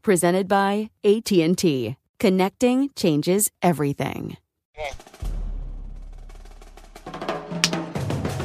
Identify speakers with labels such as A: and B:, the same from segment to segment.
A: Presented by AT&T. Connecting changes everything.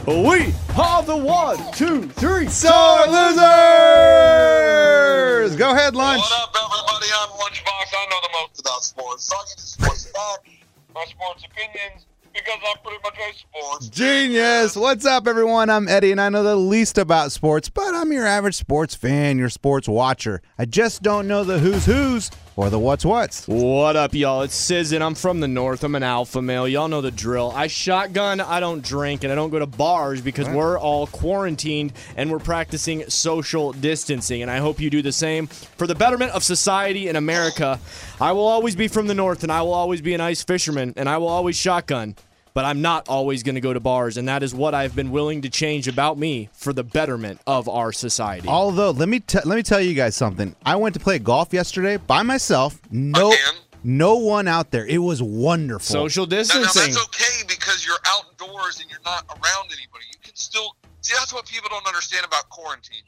B: We are the one, two, three, sore losers. Go ahead, lunch.
C: What up, everybody? I'm Lunchbox. I know the most about sports. So I get to sports facts, my sports opinions, because I pretty much hate sports.
B: Genius. What's up, everyone? I'm Eddie, and I know the least about sports, but I'm your average sports fan, your sports watcher. I just don't know the who's who's or the what's what's.
D: What up, y'all? It's Sizzin. I'm from the north. I'm an alpha male. Y'all know the drill. I shotgun, I don't drink, and I don't go to bars because we're all quarantined and we're practicing social distancing. And I hope you do the same for the betterment of society in America. I will always be from the north, and I will always be an ice fisherman, and I will always shotgun. But I'm not always going to go to bars, and that is what I've been willing to change about me for the betterment of our society.
B: Although, let me te- let me tell you guys something. I went to play golf yesterday by myself. No,
C: Again?
B: no one out there. It was wonderful.
D: Social
C: Now, now,
D: distancing.
C: that's okay because you're outdoors and you're not around anybody. You can still see. That's what people don't understand about quarantine.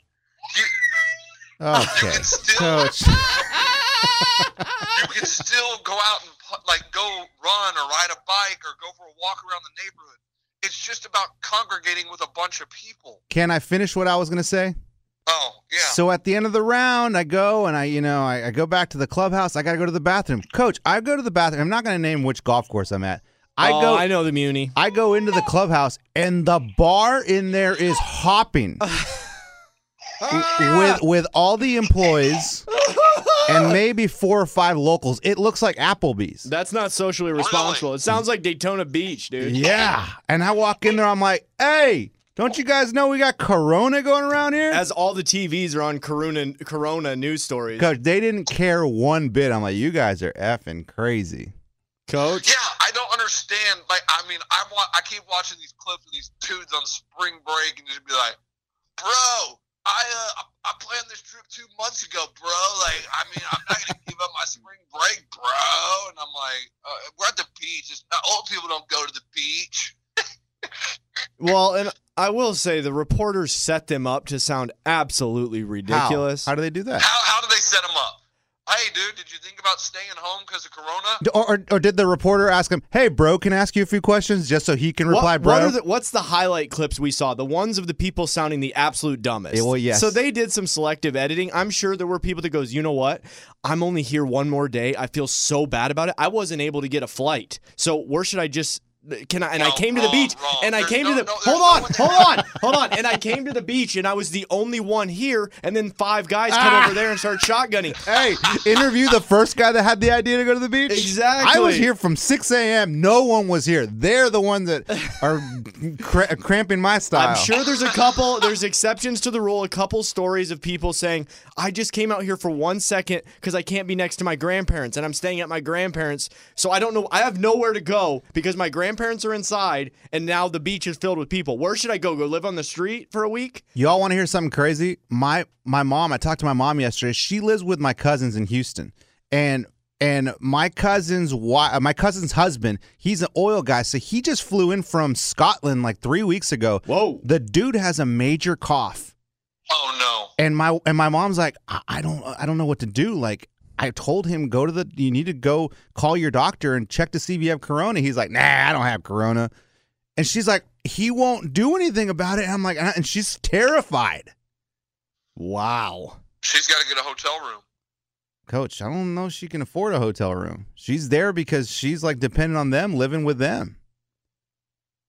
C: You, you
B: Okay,
C: can still
B: coach.
C: you can still go out and pu- like go run or ride a bike or go for a walk around the neighborhood. It's just about congregating with a bunch of people.
B: Can I finish what I was gonna say?
C: Oh yeah.
B: So at the end of the round, I go and I, you know, I, I go back to the clubhouse. I got to go to the bathroom. Coach, I go to the bathroom. I'm not going to name which golf course I'm at. I
D: Oh,
B: go.
D: I know the Muni.
B: I go into the clubhouse and the bar in there is hopping with with all the employees and maybe four or five locals. It looks like Applebee's.
D: That's not socially responsible. It sounds like Daytona Beach, dude.
B: Yeah. And I walk in there. I'm like, hey, don't you guys know we got Corona going around here?
D: As all the TVs are on Corona, Corona news stories.
B: Coach, they didn't care one bit. I'm like, you guys are effing crazy.
D: Coach.
C: Yeah, I don't understand. Like, I mean, I want. I keep watching these clips of these dudes on spring break and just be like, "Bro, I uh, I planned this trip two months ago, bro. Like, I mean, I'm not gonna give up my spring break, bro." And I'm like, uh, "We're at the beach. It's, uh, old people don't go to the beach."
D: Well, and I will say the reporters set them up to sound absolutely
B: How?
D: ridiculous.
B: How do they do that?
C: How how do they set them up? Hey, dude, did you think about staying home because of Corona?
B: D- Or, or, or did the reporter ask him, "Hey, bro, can I ask you a few questions just so he can
D: What-
B: reply,
D: what
B: bro"?
D: are the- what's the highlight clips we saw? The ones of the people sounding the absolute dumbest.
B: Yeah, well, yes.
D: So they did some selective editing. I'm sure there were people that goes, you know what? I'm only here one more day. I feel so bad about it. I wasn't able to get a flight. So where should I just? Can I? And I
C: No,
D: came to the
C: wrong,
D: beach.
C: wrong.
D: And I
C: There's
D: came
C: no-
D: to the.
C: no, there's
D: hold
C: no
D: on,
C: one there.
D: hold on, hold on. And I came to the beach, and I was the only one here. And then five guys come
B: Ah.
D: over there and start shotgunning.
B: hey, interview the first guy that had the idea to go to the beach.
D: Exactly.
B: I was here from 6 a.m. No one was here. They're the ones that are cra- cramping my style.
D: I'm sure there's a couple, there's exceptions to the rule, a couple stories of people saying, I just came out here for one second because I can't be next to my grandparents and I'm staying at my grandparents. So I don't know, I have nowhere to go because my grandparents are inside and now the beach is filled with people. Where should I go? Go live on the street for a week?
B: Y'all want to hear something crazy? My my mom. I talked to my mom yesterday. She lives with my cousins in Houston, and and my cousin's wi- uh, my cousin's husband. He's an oil guy, so he just flew in from Scotland like three weeks ago.
D: Whoa.
B: The dude has a major cough,
C: Oh no.
B: and my and my mom's like I, I don't i don't know what to do like i told him go to the you need to go call your doctor and check to see if you have corona he's like nah i don't have corona and she's like he won't do anything about it and i'm like "Uh," and I- and she's terrified
D: Wow.
C: She's got to get a hotel room.
B: coach i don't know if she can afford a hotel room she's there because she's like dependent on them living with them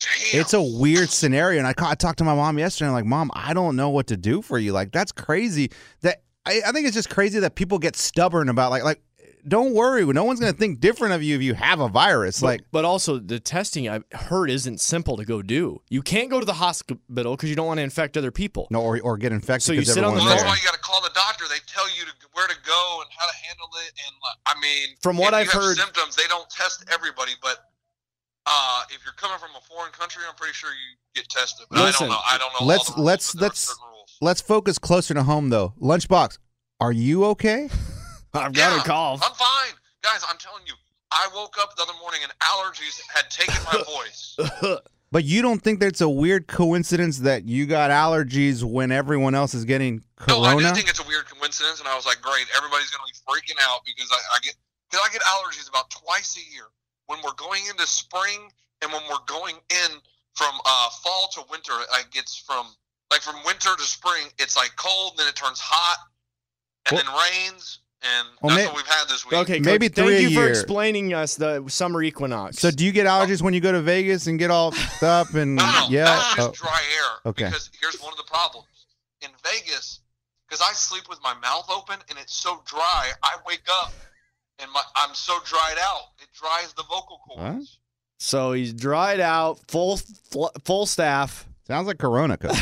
C: Damn.
B: it's a weird scenario and i, ca- I talked to my mom yesterday and i'm like mom i don't know what to do for you like that's crazy that I, I think it's just crazy that people get stubborn about like like don't worry no one's going to think different of you if you have a virus like
D: but also the testing I heard isn't simple to go do. You can't go to the hospital because you don't want to infect other people.
B: no or, or get infected
D: So you
B: 'cause
D: sit on the
C: Well,
B: everyone's
C: that's
D: phone-
B: there.
C: why you got to call the doctor. They tell you to, where to go and how to handle it. And like, I mean,
D: From what
C: if
D: I've
C: you have
D: heard-
C: symptoms they don't test everybody. But uh, if you're coming from a foreign country, I'm pretty sure you get tested. But
D: Listen,
C: I don't know. I don't know. all
B: let's-
C: the rules,
B: let's-
C: but there are
B: let's-
C: certain rules.
B: let's focus closer to home though lunchbox are you okay
D: I've got
C: Yeah,
D: a call.
C: I'm fine, guys. I'm telling you. I woke up the other morning and allergies had taken my voice.
B: but you don't think that's a weird coincidence that you got allergies when everyone else is getting
C: No, Oh, I do
B: corona
C: think it's a weird coincidence, and I was like, great, everybody's gonna be freaking out because I, I get because I get allergies about twice a year when we're going into spring and when we're going in from uh, fall to winter. I gets from like from winter to spring, it's like cold, then it turns hot, and
B: Well-
C: then rains, and
B: Well,
C: that's
B: may-
C: what we've had this week.
D: Okay,
B: Maybe
D: Coach, thank
B: three a
D: you for
B: year.
D: explaining us the summer equinox.
B: so do you get allergies when you go to vegas and get all up and
C: No, no,
B: yeah
C: that's
B: Oh.
C: just dry air.
B: Okay.
C: Because here's one of the problems in Vegas, because I sleep with my mouth open and it's so dry, I wake up and my I'm so dried out. It dries the vocal cords.
D: So he's dried out, full fl- full staff.
B: Sounds like Corona Coach.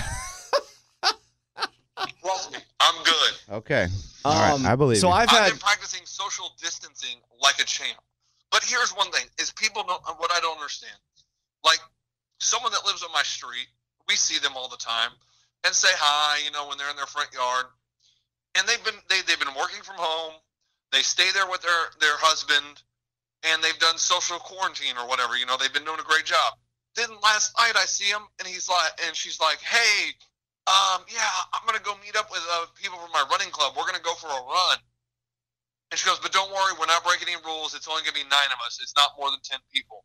C: Trust me, I'm good.
B: Okay. All right, I believe
D: Um, So
B: you.
D: I've
C: I've,
D: had
C: been practicing social distancing like a champ. But here's one thing: is people don't what I don't understand. Like someone that lives on my street, we see them all the time and say hi. You know, when they're in their front yard, and they've been they they've been working from home. They stay there with their their husband, and they've done social quarantine or whatever. You know, they've been doing a great job. Then last night I see him, and he's like, and she's like, "Hey, um, yeah, I'm gonna go meet up with uh, people from my running club. We're gonna go for a run." And she goes, but don't worry, we're not breaking any rules. It's only going to be nine of us. It's not more than 10 people.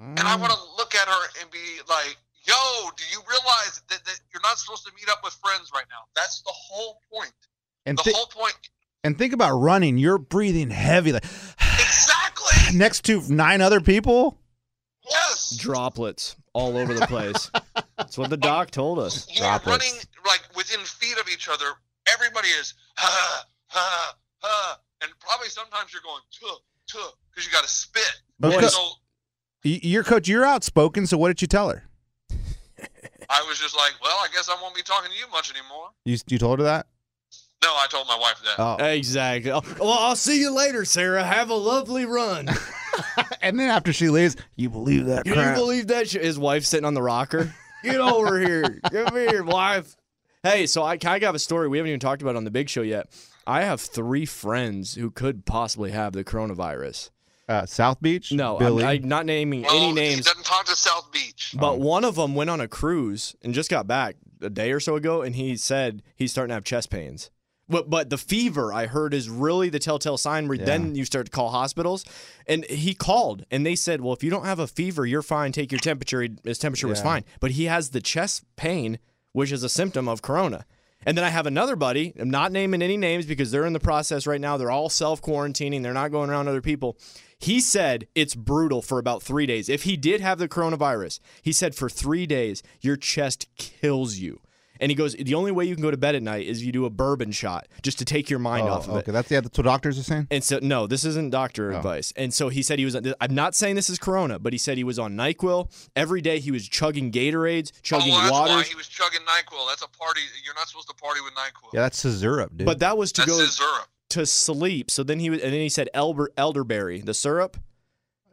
C: And
B: Mm.
C: I want to look at her and be like, yo, do you realize that, that you're not supposed to meet up with friends right now? That's the whole point.
B: and,
C: the
B: thi-
C: whole point.
B: and think about running. You're breathing heavy, like
C: Exactly.
B: next to nine other people.
C: Yes.
D: droplets all over the place. That's what the doc told us.
C: you are
B: Droplets.
C: running like within feet of each other. Everybody is, ha, ha, ha. And probably sometimes you're going, tuh, tuh, because you got to spit.
B: But
C: And
B: co-
C: so
B: y- your coach, you're outspoken. So what did you tell her?
C: I was just like, well, I guess I won't be talking to you much anymore.
B: You you told her that?
C: No, I told my wife that.
B: Oh,
D: Exactly. Oh, Well, I'll see you later, Sarah. Have a lovely run.
B: Oh. and then after she leaves, you believe that
D: Can you
B: crap?
D: believe that? shit? His wife sitting on the rocker. Get over here. Come here, wife. Hey, so I kind of have a story we haven't even talked about on the big show yet. I have three friends who could possibly have the coronavirus.
B: uh, South Beach?
D: No, I'm,
B: Billy.
D: I'm not naming
C: Well,
D: any
C: He
D: names.
C: doesn't talk to South Beach.
D: But one of them went on a cruise and just got back a day or so ago, and he said he's starting to have chest pains. But but the fever I heard is really the telltale sign where then you start to call hospitals. And he called and they said, well, if you don't have a fever, you're fine. Take your temperature. He- His temperature was
B: Yeah.
D: fine, but he has the chest pain, which is a symptom of corona. And then I have another buddy. I'm not naming any names because they're in the process right now. They're all self quarantining. They're not going around other people. He said it's brutal for about three days. If he did have the coronavirus, he said for three days, your chest kills you. And he goes, the only way you can go to bed at night is you do a bourbon shot just to take your mind
B: Oh,
D: off of it.
B: okay, that's yeah, that's what doctors are saying.
D: And so, no, this isn't doctor
B: Oh.
D: advice. And so he said he was. I'm not saying this is Corona, but he said he was on Nyquil every day. He was chugging Gatorades, chugging
C: oh, that's why
D: waters.
C: he was chugging Nyquil. That's a party. You're not supposed to party with Nyquil.
B: Yeah, that's syrup, dude.
D: But that was to
C: That's
D: go
C: his syrup.
D: to sleep. So then he was, and then he said elber, elderberry, the syrup.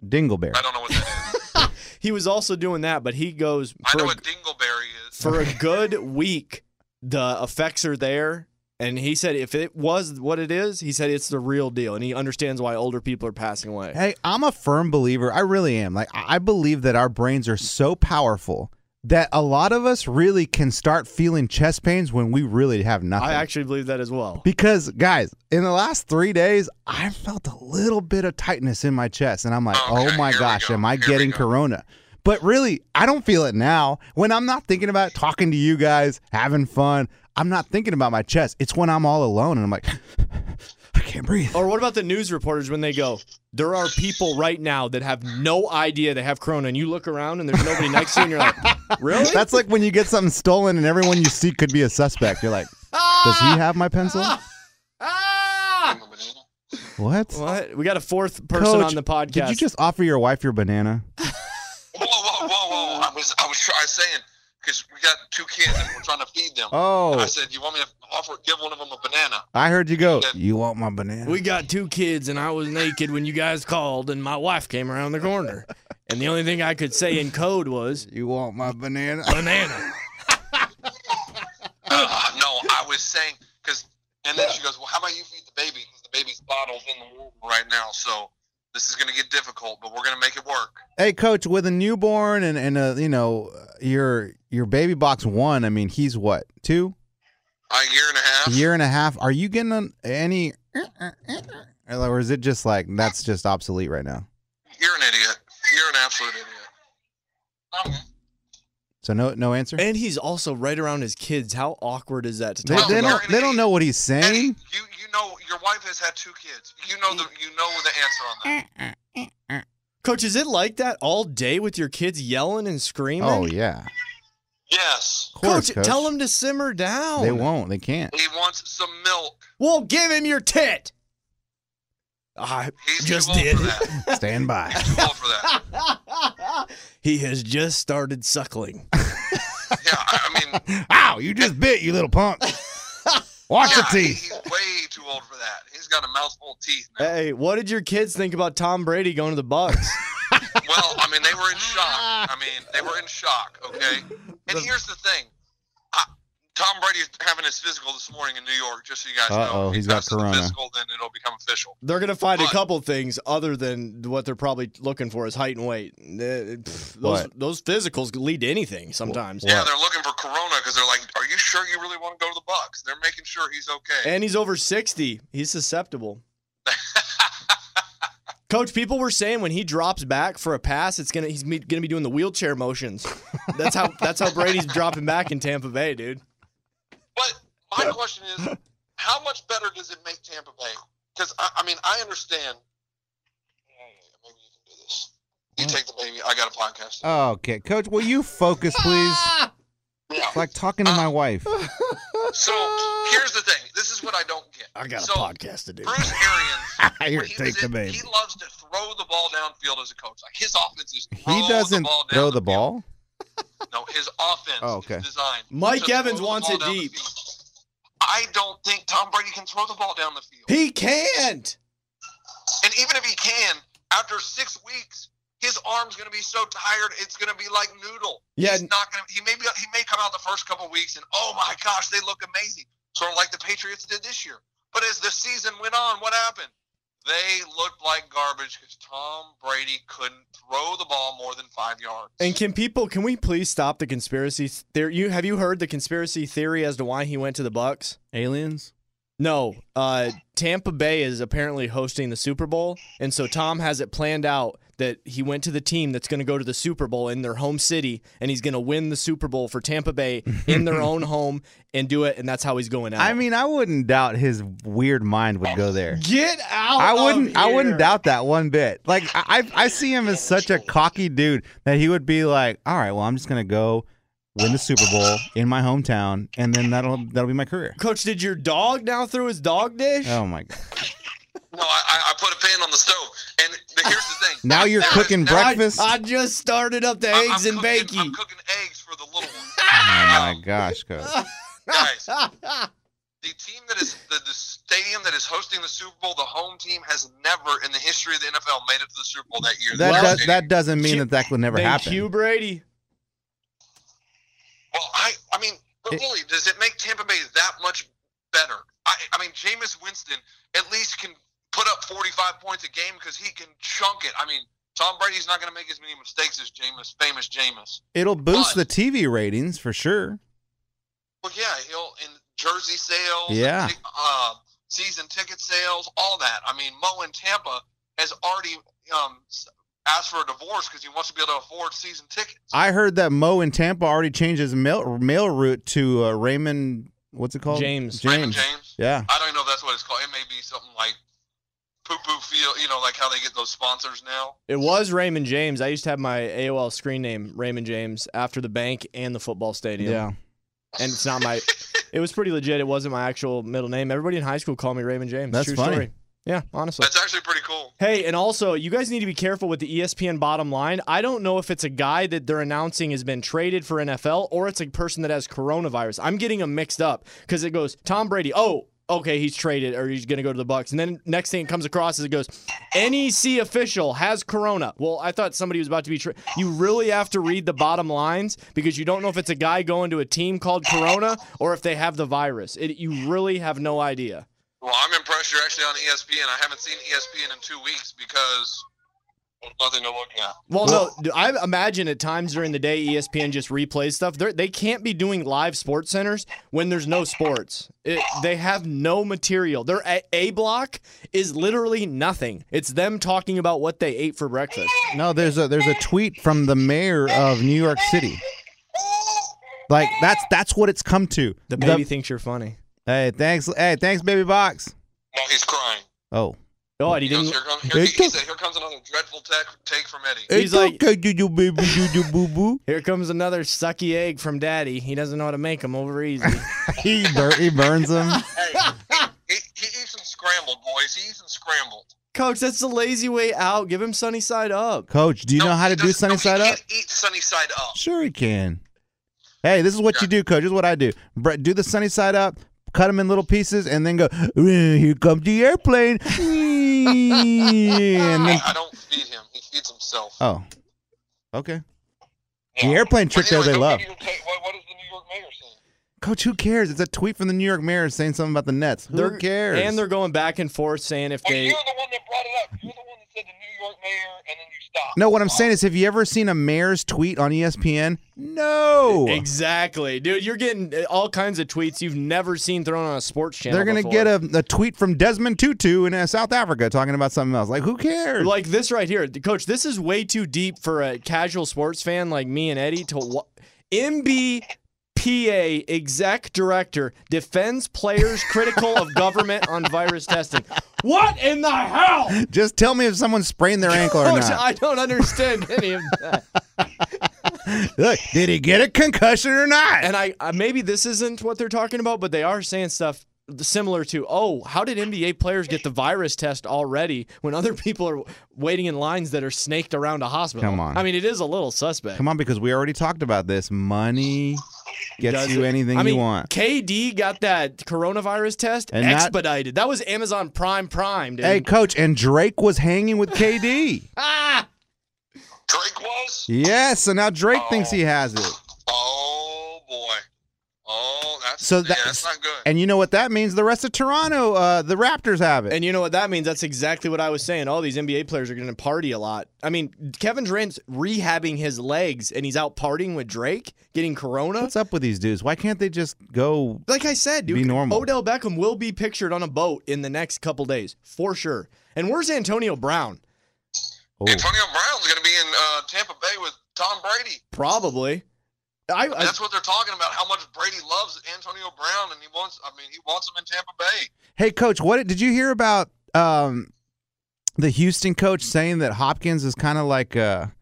B: Dingleberry.
C: I don't know what that is.
D: He was also doing that, but he goes
C: I
D: for,
C: know
D: a,
C: what dingleberry is.
D: for a good week. The effects are there, and he said if it was what it is, he said it's the real deal, and he understands why older people are passing away.
B: Hey, I'm a firm believer. I really am. Like I I believe that our brains are so powerful that a lot of us really can start feeling chest pains when we really have nothing.
D: I actually believe that as well.
B: because guys, in the last three days, I felt a little bit of tightness in my chest, and I'm like,
C: Okay,
B: oh my
C: here we
B: gosh,
C: go,
B: am I
C: here we
B: getting
C: go."
B: corona? But really, I don't feel it now. When I'm not thinking about talking to you guys, having fun, I'm not thinking about my chest. It's when I'm all alone and I'm like, I can't breathe.
D: Or what about the news reporters when they go, there are people right now that have no idea they have corona, and you look around and there's nobody next to you, and you're like, really?
B: That's like when you get something stolen and everyone you see could be a suspect. You're like, does he have my pencil?
D: ah!
B: What?
D: What? We got a fourth person
B: Coach,
D: on the podcast.
B: Did you just offer your wife your banana?
C: Whoa, whoa, whoa, whoa! I was, I was trying saying because we got two kids and we're trying to feed them.
B: Oh.
C: I said, you want me to offer, give one of them a banana?
B: I heard you go, you want my banana?
D: We got two kids, and I was naked when you guys called, and my wife came around the corner, and the only thing I could say in code was
B: you want my banana?
D: banana.
C: Uh, no, I was saying because, and then she goes, "Well, how about you feed the baby? Because the baby's bottle's in the womb right now, so this is going to get difficult, but we're going to make it work."
B: hey, coach, with a newborn and, and uh you know, your your baby box one, I mean, he's what, two?
C: A year and a half.
B: A year and a half. Are you getting on any, or is it just like, that's just obsolete right now?
C: You're an idiot. You're an absolute idiot. Okay.
B: So no no answer?
D: And he's also right around his kids. How awkward is that to
B: They,
D: talk
B: they
C: Well,
D: about?
B: don't, they don't know what he's saying.
C: Eddie, you you know your wife has had two kids. You know the you know the answer on that.
D: Coach, is it like that all day with your kids yelling and screaming?
B: Oh yeah,
C: Yes,
B: of course,
D: coach, tell him to simmer down.
B: They won't. They can't.
C: he wants some milk.
D: Well, give him your tit. I
C: He's
D: just
C: too old
D: did.
C: for that.
B: Stand by.
C: Too old for that.
D: he has just started suckling.
C: Yeah, I I mean,
B: Ow! You just bit, you little punk. Watch
C: yeah, he- he's way too old for that. He's got a mouthful of teeth
B: Eh.
C: now.
D: Hey, what did your kids think about Tom Brady going to the Bucks?
C: Well, I mean, they were in shock. I mean, they were in shock. Okay. And here's the thing. I, Tom Brady's having his physical this morning in New York. Just so you guys know,
B: Uh-oh,
C: If he
B: he's got
C: passes the
B: corona.
C: Physical, then it'll become official.
D: they're going to find a
C: What?
D: couple things other than what they're probably looking for is height and weight. Uh, pff, Those
B: What?
D: those physicals could lead to anything sometimes.
C: Yeah, they're looking for corona because they're like, "Are you sure you really want to go to the Bucks?" They're making sure he's okay.
D: And he's over 60. He's susceptible. Coach, people were saying when he drops back for a pass, it's gonna he's me- gonna be doing the wheelchair motions. That's how that's how Brady's dropping back in Tampa Bay, dude.
C: But my question is, how much better does it make Tampa Bay? Because I, I mean, I understand. Maybe you can do this. You take the baby. I got a podcast.
B: Uh, Okay, coach. Will you focus, please?
C: yeah.
B: Like talking to my wife.
C: So here's the thing. This is what I don't get.
D: I got
C: so,
D: a podcast to do.
C: Bruce Arians,
B: Here,
C: when he
B: take
C: was
B: the
C: in-
B: baby.
C: He loves to throw the ball downfield as a coach. Like his offense is throw
B: He
C: the
B: doesn't
C: ball down
B: throw the
C: field.
B: ball.
C: No, his offense
B: Oh, okay.
C: is designed.
D: Mike
C: to throw
D: Evans
C: the
D: wants
C: ball
D: it
C: down the
D: deep.
C: field. I don't think Tom Brady can throw the ball down the field.
D: He can't.
C: And even if he can, after six weeks, his arm's going to be so tired it's going to be like noodle.
D: Yeah,
C: he's
D: and-
C: not going. to He may be. He may come out the first couple weeks and oh my gosh, they look amazing, sort of like the Patriots did this year. But as the season went on, what happened? They looked like garbage because Tom Brady couldn't throw the ball more than five yards.
D: And can people can we please stop the conspiracy theory? You have you heard the conspiracy theory as to why he went to the Bucks?
B: Aliens.
D: No, uh, Tampa Bay is apparently hosting the Super Bowl, and so Tom has it planned out that he went to the team that's going to go to the Super Bowl in their home city, and he's going to win the Super Bowl for Tampa Bay in their own home and do it, and that's how he's going out.
B: I mean, I wouldn't doubt his weird mind would go there.
D: get out!
B: I
D: of
B: wouldn't. I
D: here.
B: wouldn't doubt that one bit. Like I, I I see him as such a cocky dude that he would be like, "All right, well, I'm just gonna go win the Super Bowl in my hometown, and then that'll that'll be my career."
D: Coach, did your dog now through his dog dish?
B: Oh my god!
C: No, I, I I put a pan on the stove. And here's the thing.
B: Now you're
C: There is-
B: cooking
C: now-
B: breakfast.
D: I just started up the
C: I'm- I'm
D: eggs and
C: cooking-
D: bakey.
C: I'm cooking eggs for the little one.
B: Oh my gosh, coach.
C: Guys, the team that is the, the stadium that is hosting the Super Bowl, the home team has never in the history of the NFL made it to the Super Bowl that year.
B: That
C: Well,
B: does, that doesn't mean
D: Q-
B: that that would never
D: Thank
B: happen.
D: you, Brady.
C: well, I I mean, but
B: It-
C: really, does it make Tampa Bay that much better? I I mean, Jameis Winston at least can put up 45 points a game because he can chunk it. I mean, Tom Brady's not going to make as many mistakes as Jameis, famous Jameis.
B: It'll boost
C: But-
B: the TV ratings for sure.
C: Well, yeah, he'll in jersey sales,
B: Yeah.
C: tic- uh, season ticket sales, all that. I mean, Mo in Tampa has already um, s- asked for a divorce because he wants to be able to afford season tickets.
B: I heard that Mo in Tampa already changed his mail mail route to uh, Raymond. What's it called?
D: James.
C: Raymond James.
B: Yeah.
C: I don't even know if that's what it's called. It may be something like poo poo field, you know, like how they get those sponsors now.
D: It was Raymond James. I used to have my AOL screen name Raymond James after the bank and the football stadium.
B: Yeah.
D: and it's not my. It was pretty legit. It wasn't my actual middle name. Everybody in high school called me Raymond James.
B: That's
D: True
B: funny.
D: story. Yeah, honestly.
C: That's actually pretty cool.
D: Hey, and also, you guys need to be careful with the E ESPN bottom line. I don't know if it's a guy that they're announcing has been traded for NFL or it's a person that has coronavirus. I'm getting them mixed up because it goes Tom Brady. Oh, okay, he's traded or he's going to go to the Bucks. And then next thing it comes across is it goes NEC official has corona. Well, I thought somebody was about to be traded. You really have to read the bottom lines because you don't know if it's a guy going to a team called Corona or if they have the virus. It, you really have no idea.
C: Well, I'm impressed you're actually on E ESPN. I haven't seen E ESPN in two weeks because there's nothing to look at.
D: Well, no, d- I imagine at times during the day E ESPN just replays stuff. They're, they can't be doing live sports centers when there's no sports. It, they have no material. Their A, A block is literally nothing. It's them talking about what they ate for breakfast.
B: No, there's a there's a tweet from the mayor of New York City. Like that's that's what it's come to.
D: The baby thinks you're funny.
B: hey, thanks. Hey, thanks, baby box.
C: No, he's crying.
B: Oh,
D: Oh, and he
C: He goes,
D: didn't.
C: here, come, here, he,
B: It's okay.
C: he said, here comes another dreadful tech, take from Eddie.
D: He's like,
B: okay, do do baby do do boo boo.
D: here comes another sucky egg from daddy. He doesn't know how to make them over easy.
B: He bur- he burns him.
C: Hey, he, he eats them scrambled, boys. He eats them scrambled.
D: Coach, that's the lazy way out. Give him sunny side up.
B: Coach, do you know how to do sunny side up?
C: Can't eat sunny side up.
B: Sure, he can. Hey, this is what you do, coach. This is what I do. Brett, do the sunny side up, cut them in little pieces, and then go. "Eh, Here comes the airplane. and then,
C: I don't feed him. He feeds himself.
B: oh, okay. The airplane trick, though,
C: But
B: they
C: anyway,
B: love.
C: who do you take- What, what is the New York mayor saying?
B: Coach, who cares? It's a tweet from the New York Mayor saying something about the Nets. Who
D: They're-
B: cares?
D: And they're going back and forth saying if
C: Well,
D: they.
C: you're the one that brought it up. You're the one that said the New York mayor, and then you stopped.
B: no. What I'm saying is, have you ever seen a mayor's tweet on E ESPN? No.
D: Exactly, dude. You're getting uh, all kinds of tweets you've never seen thrown on a sports channel.
B: They're gonna
D: before.
B: get a, a tweet from Desmond Tutu in uh, South Africa talking about something else. Like, who cares?
D: like this right here, coach. This is way too deep for a casual sports fan like me and Eddie to. Wa- MBPA exec director defends players critical of government on virus testing. What in the hell?
B: Just tell me if someone sprained their ankle or
D: Coach,
B: not.
D: I don't understand any of that.
B: Look, did he get a concussion or not?
D: and I, I maybe this isn't what they're talking about, but they are saying stuff similar to, oh, how did NBA players get the virus test already when other people are waiting in lines that are snaked around a hospital?
B: Come on.
D: I mean, it is a little suspect.
B: Come on, because we already talked about this. Money gets
D: Does
B: you
D: it-
B: anything
D: I mean,
B: you want.
D: KD got that coronavirus test
B: And that-
D: expedited. That, was Amazon Prime Prime, dude.
B: Hey, coach, and Drake was hanging with KD.
D: ah!
C: Drake was.
B: yes, so now Drake thinks he has it.
C: Oh boy. Oh, that's
B: So
C: so
B: that-
C: that's not good.
B: And you know what that means? The rest of Toronto, uh, the Raptors have it.
D: And you know what that means? That's exactly what I was saying. All these NBA players are going to party a lot. I mean, Kevin Durant's rehabbing his legs and he's out partying with Drake, getting corona.
B: What's up with these dudes? Why can't they just go?
D: Like I said, dude,
B: Be normal.
D: Odell Beckham will be pictured on a boat in the next couple days for sure. And where's Antonio Brown?
B: Oh,
C: Antonio Brown's going to be in uh, Tampa Bay with Tom Brady.
D: Probably. I, I
C: That's what they're talking about. How much Brady loves Antonio Brown, and he wants. I mean, he wants him in Tampa Bay.
B: hey, coach, what did you hear about um, the Houston coach saying that Hopkins is kind of like a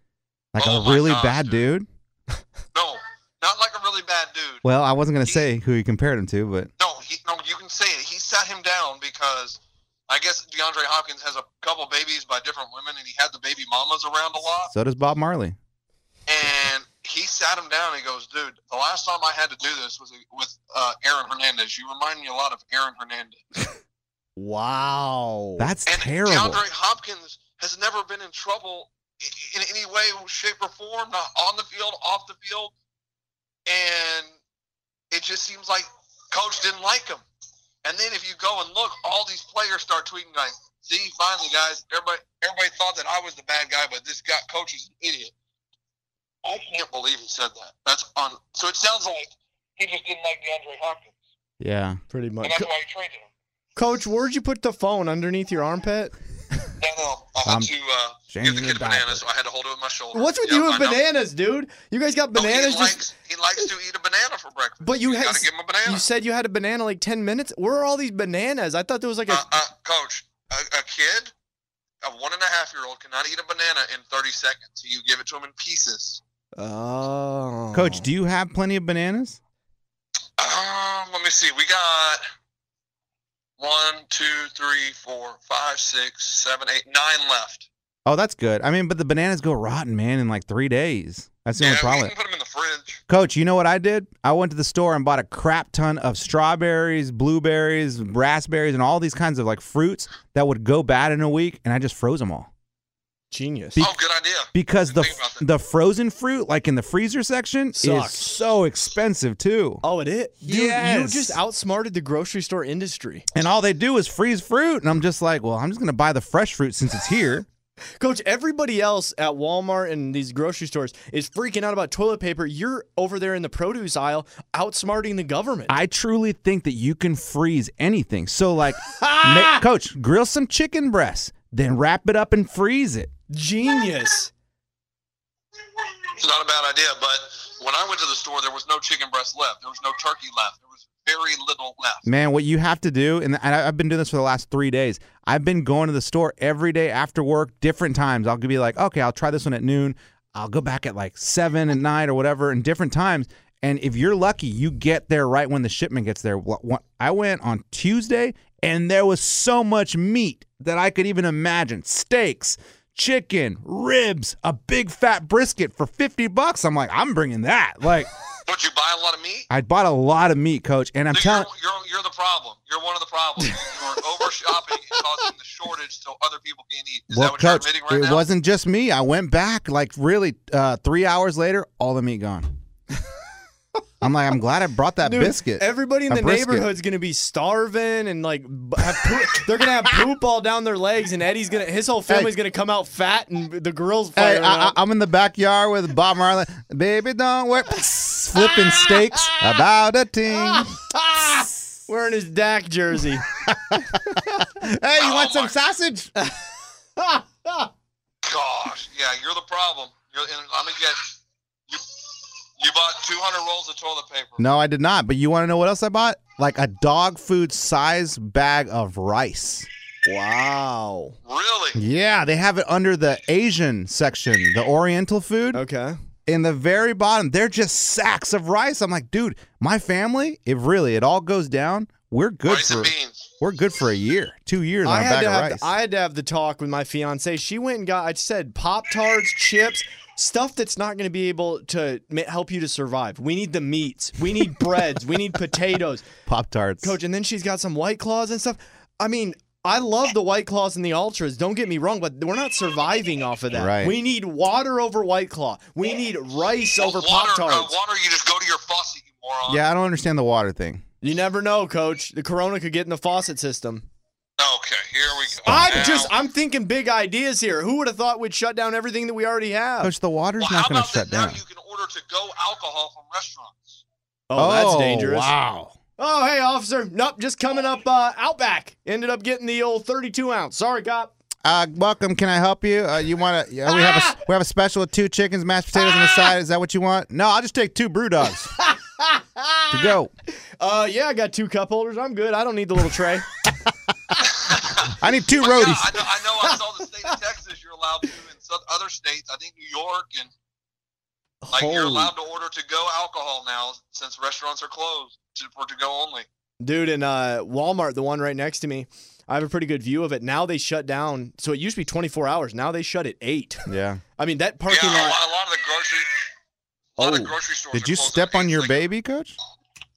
B: like
C: Oh
B: a
C: my
B: really
C: gosh,
B: bad
C: dude.
B: dude?
C: No, not like a really bad dude.
B: Well, I wasn't gonna say who he compared him to, but
C: No, he, no, you can say it. He sat him down because I guess DeAndre Hopkins has a couple babies by different women, and he had the baby mamas around a lot.
B: so does Bob Marley.
C: And he sat him down. And he goes, "Dude, the last time I had to do this was with uh, Aaron Hernandez. You remind me a lot of Aaron Hernandez."
D: wow.
B: That's
C: And
B: terrible.
C: DeAndre Hopkins has never been in trouble i- in any way, shape, or form, not on the field, off the field. And it just seems like coach didn't like him. And then if you go and look, all these players start tweeting like, "See, finally, guys, everybody, everybody thought that I was the bad guy, but this guy coach is an idiot." I can't believe he said that. That's on. So it sounds like he just didn't like DeAndre Hopkins,
B: Yeah.
D: Pretty
C: and
D: much.
C: that's
D: Co-
C: why he traded him.
D: Coach, where'd you put the phone underneath your armpit?
C: No, no, I had
B: Um,
C: to uh, give
B: changing
C: the
B: the
C: kid a
B: diaper.
C: banana, so I had to hold it with my shoulder.
D: What's with
C: Yeah,
D: you
C: I
D: and
C: know.
D: bananas, dude? You guys got
C: No,
D: bananas
C: he
D: just.
C: likes he likes to eat a banana for breakfast.
D: But you, had
C: gotta give him a banana.
D: you said you had a banana like ten minutes. Where are all these bananas? I thought there was like a.
C: uh, uh, coach, a, a kid, a one and a half year old cannot eat a banana in 30 seconds. You give it to him in pieces.
D: oh,
B: Coach, do you have plenty of bananas?
C: Um, let me see. We got one, two, three, four, five, six, seven, eight, nine left.
B: Oh, that's good. I mean, but the bananas go rotten, man, in like three days. That's the
C: yeah,
B: only
C: we
B: problem.
C: can put them in the fridge.
B: Coach, you know what I did? I went to the store and bought a crap ton of strawberries, blueberries, raspberries, and all these kinds of like fruits that would go bad in a week, and I just froze them all.
D: genius.
B: Be-
C: oh, good idea.
B: Because the
C: Think about that.
B: the frozen fruit, like in the freezer section, is
D: Sucks.
B: so expensive too.
D: Oh, it is. Dude,
B: Yes.
D: you just outsmarted the grocery store industry.
B: And all they do is freeze fruit, and I'm just like, well, I'm just gonna buy the fresh fruit since it's here.
D: Coach, everybody else at Walmart and these grocery stores is freaking out about toilet paper. You're over there in the produce aisle outsmarting the government.
B: I truly think that you can freeze anything. So, like, ma- coach, grill some chicken breasts, then wrap it up and freeze it.
D: genius.
C: It's not a bad idea, but when I went to the store, there was no chicken breast left. There was no turkey left. There was very little left.
B: Man, what you have to do, and and I- I've been doing this for the last three days. I've been going to the store every day after work, different times. I'll be like, okay, I'll try this one at noon. I'll go back at like seven at night or whatever, and different times. And if you're lucky, you get there right when the shipment gets there. Wh- wh- I went on Tuesday, and there was so much meat that I could even imagine: steaks, chicken, ribs, a big fat brisket for fifty bucks. I'm like, I'm bringing that. Like,
C: Would you buy a lot of meat?
B: I bought a lot of meat, coach, and I'm
C: So
B: telling.
C: you're, you're, you're the problem. You're one of the problems. You're over shopping and causing the shortage so other people can't eat. Is that what
B: coach,
C: you're admitting right
B: it
C: now?
B: wasn't just me. I went back like really uh, three hours later, all the meat gone. I'm like, I'm glad I brought that
D: Dude,
B: biscuit.
D: Everybody in
B: A
D: the
B: brisket.
D: neighborhood's gonna be starving and like b- have poop. they're gonna have poop all down their legs, and Eddie's gonna his whole family's gonna come out fat, and the girls
B: Hey,
D: fighting.
B: I, I,
D: around.
B: I'm in the backyard with Bob Marley. Baby, don't worry. Flipping steaks about a ting.
D: Ah! wearing his Dak jersey.
B: Hey, you want
C: Oh
B: some
C: my-
B: sausage?
C: Gosh, yeah, you're the problem. You're, and I'm gonna get you. You bought 200 rolls of toilet paper.
B: No, I did not. But you want to know what else I bought? Like a dog food size bag of rice.
D: wow.
C: Really?
B: Yeah, they have it under the Asian section, the Oriental food.
D: Okay.
B: in the very bottom, they're just sacks of rice. I'm like, dude, my family, if really it all goes down, we're good
C: Rice
B: for
C: and beans.
B: we're good for a year, two years on
D: I
B: a
D: had
B: bag
D: to
B: of
D: have
B: rice.
D: the, I had to have the talk with my fiance. She went and got I said pop tarts, chips, stuff that's not going to be able to ma- help you to survive. We need the meats. We need breads. we need potatoes.
B: Pop tarts,
D: Coach, and then she's got some white claws and stuff. I mean, I love the white claws and the ultras. Don't get me wrong, but we're not surviving off of that.
B: Right.
D: We need water over white claw. We need rice over
C: water,
D: pop tarts.
C: Uh, water. You just go to your faucet, you moron.
B: Yeah, I don't understand the water thing.
D: you never know, Coach. The corona could get in the faucet system.
C: Okay, here we go.
D: I'm
C: Now-
D: just I'm thinking big ideas here. Who would have thought we'd shut down everything that we already have?
B: Coach, the water's
C: Well, how
B: not going
C: about
B: to shut
C: that now
B: down.
C: you can order to go alcohol from restaurants?
D: oh, that's
B: Oh,
D: dangerous.
B: Wow.
D: Oh, hey, officer. Nope, just coming up uh, Outback. Ended up getting the old 32 ounce. Sorry, cop.
B: Uh, welcome. Can I help you? Uh, you want to? we have a s- we have a special with two chickens, mashed potatoes on
C: Ah!
B: the side. Is that what you want? No, I'll just take two brew dogs to go.
D: Uh, yeah, I got two cup holders. I'm good. I don't need the little tray.
B: I need two
C: But yeah, I,
B: roadies.
C: know, I know. I saw the state of Texas. You're allowed to in some other states. I think New York and like you're
D: Holy
C: allowed to order to go alcohol now since restaurants are closed to, for to go only.
D: Dude, in uh, Walmart, the one right next to me, I have a pretty good view of it. Now they shut down. So it used to be 24 hours. Now they shut at 8.
B: Yeah.
D: I mean, that parking
C: yeah, a
D: lot.
C: lot, a lot of the grocery. A lot
B: Oh,
C: of grocery stores.
B: Did
C: are
B: you
C: closed
B: step
C: at
B: on
C: eight.
B: your
C: Like,
B: baby, Coach?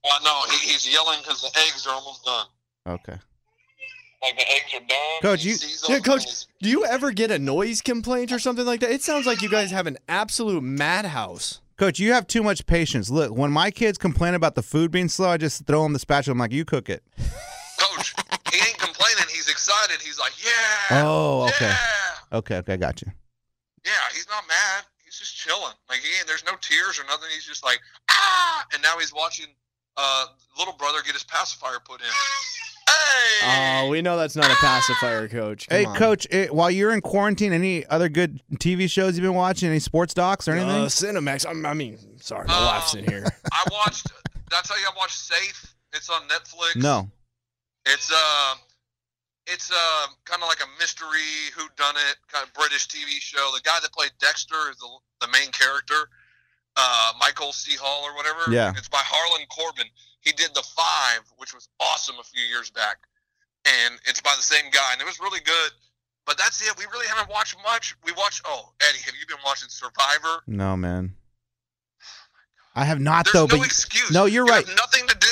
C: Well, no, he, he's yelling because the eggs are almost done.
B: Okay.
C: Like the eggs are done.
B: Coach,
C: he
B: you-
C: sees
D: Yeah,
C: them, and
D: coach,
C: he's-
D: do you ever get a noise complaint or something like that? It sounds like you guys have an absolute madhouse.
B: Coach, you have too much patience. Look, when my kids complain about the food being slow, I just throw them the spatula. I'm like, you cook it.
C: No, coach. he ain't complaining. He's excited. He's like, yeah.
B: Oh, okay.
C: Yeah.
B: Okay, okay, I got you.
C: Yeah, he's not mad. He's just chilling. Like he ain't, there's no tears or nothing. He's just like ah, and now he's watching uh little brother get his pacifier put in. Hey,
D: Oh, we know that's not a pacifier, coach. Come
B: Hey,
D: on.
B: coach, eh, while you're in quarantine, any other good TV shows you've been watching? Any sports docs or anything?
D: Uh, Cinemax. I'm, I mean, sorry, my
C: Um,
D: wife's in here.
C: I watched. Did I tell you I watched Safe? It's on Netflix.
B: no.
C: It's uh, it's uh, kind of like a mystery who done it kind of British TV show. The guy that played Dexter is the, the main character, uh, Michael C. Hall or whatever.
B: Yeah.
C: It's by Harlan Corbin. He did The Five, which was awesome a few years back, and it's by the same guy, and it was really good. But that's it. We really haven't watched much. We watched. Oh, Eddie, have you been watching Survivor?
B: No, man. I have not
C: There's
B: though.
C: no
B: but you-
C: excuse.
B: No, you're
C: You
B: right.
C: have nothing to do.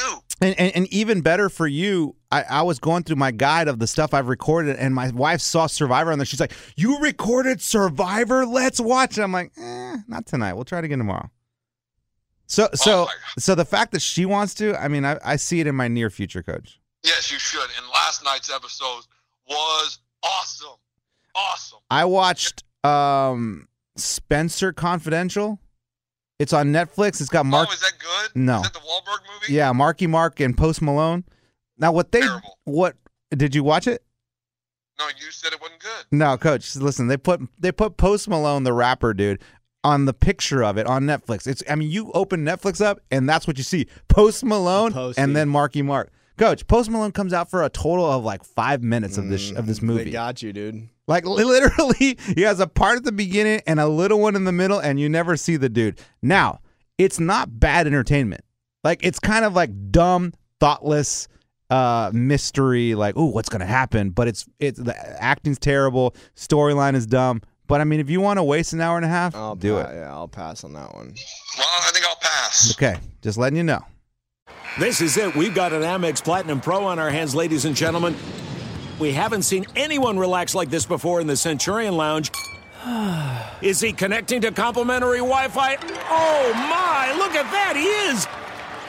B: And, and and even better for you, I, I was going through my guide of the stuff I've recorded, and my wife saw Survivor on there. She's like, "You recorded Survivor? Let's watch." it." I'm like, eh, "Not tonight. We'll try it again tomorrow." So so
C: Oh my God.
B: so the fact that she wants to, I mean, I, I see it in my near future, Coach.
C: Yes, you should. And last night's episode was awesome. Awesome.
B: I watched um Spencer Confidential. It's on Netflix. It's got Mark.
C: oh, is that good?
B: No.
C: Is that the Wahlberg movie?
B: Yeah, Marky Mark and Post Malone. Now, what they
C: Terrible.
B: what did you watch it?
C: No, you said it wasn't good.
B: No, coach. Listen, they put they put Post Malone, the rapper dude, on the picture of it on Netflix. It's I mean, you open Netflix up and that's what you see: Post Malone
D: Posty.
B: and then Marky Mark. Coach, Post Malone comes out for a total of like five minutes of this of this
D: Mm, They
B: movie.
D: got you, dude.
B: Like li- literally, he has a part at the beginning and a little one in the middle, and you never see the dude. Now, it's not bad entertainment. Like it's kind of like dumb, thoughtless uh mystery like oh what's gonna happen but it's it's the acting's terrible storyline is dumb but i mean if you want to waste an hour and a half
D: I'll
B: do
D: pa-
B: it
D: Oh, Yeah, I'll pass on that one.
C: Well, I think I'll pass.
B: okay just letting you know
E: This is it. We've got an Amex Platinum Pro on our hands, ladies and gentlemen. We haven't seen anyone relax like this before in the Centurion Lounge. Is he connecting to complimentary Wi Fi? Oh my, look at that! He is!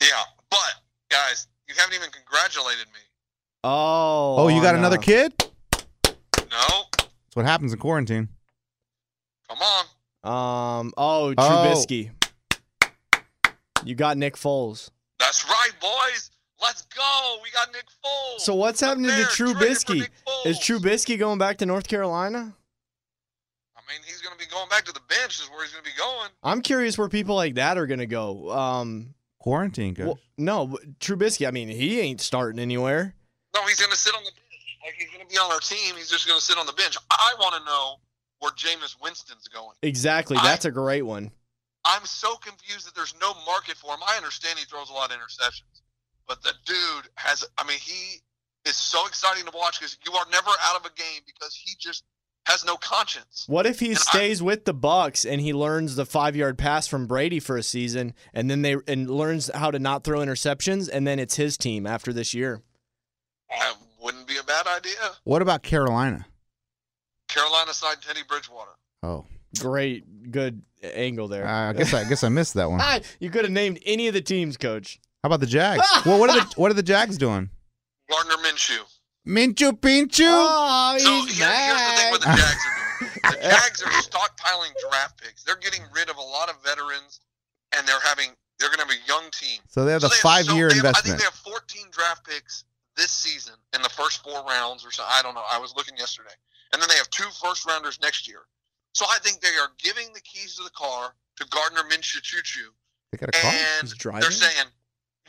C: Yeah, but guys, you haven't even congratulated me.
D: Oh.
B: oh you got
D: on,
B: another
D: uh,
B: kid that's
C: No,
B: what happens in quarantine
C: come on.
D: Um. Oh,
B: Oh.
D: Trubisky. You got Nick Foles.
C: That's right, boys. Let's go. We got Nick Foles.
D: So what's happening to
C: Bears traded for
D: Trubisky?
C: Nick Foles.
D: Is Trubisky going back to North Carolina?
C: I mean, he's going to be going back to the bench. Is where he's going to be going.
D: I'm curious where people like that are going to go. Um.
B: quarantine coach.
D: Well, no, but Trubisky. I mean, he ain't starting anywhere.
C: No, he's going to sit on the bench. Like he's going to be on our team. He's just going to sit on the bench. I want to know where Jameis Winston's going.
D: Exactly.
C: I-
D: That's a great one.
C: I'm so confused that there's no market for him. I understand he throws a lot of interceptions, but the dude has, I mean, he is so exciting to watch because you are never out of a game because he just has no conscience.
D: What if he
C: And I-
D: stays with the Bucks and he learns the five yard pass from Brady for a season, and then they and learns how to not throw interceptions, and then it's his team after this year?
C: That wouldn't be a bad idea.
B: what about carolina
C: Carolina signed Teddy Bridgewater.
B: oh
D: Great, good angle there.
B: i guess i guess i missed that one
D: Ah, you could have named any of the teams, coach.
B: How about the Jags? well, what are the what are the Jags doing?
C: Gardner Minshew.
B: Minchu Pinchu.
D: Oh,
C: So here, here's the thing with the Jags are doing. The Jags are stockpiling draft picks. They're getting rid of a lot of veterans, and they're having they're going to have a young team.
B: So they have
C: So
B: the
C: they have-
B: five year
C: so they have-
B: investment.
C: I think they have 14 draft picks this season in the first four rounds or so. I don't know. I was looking yesterday. And then they have two first rounders next year. So I think they are giving the keys to the car to Gardner Minshew Choo
B: They got a call.
C: and
D: He's driving?
C: they're saying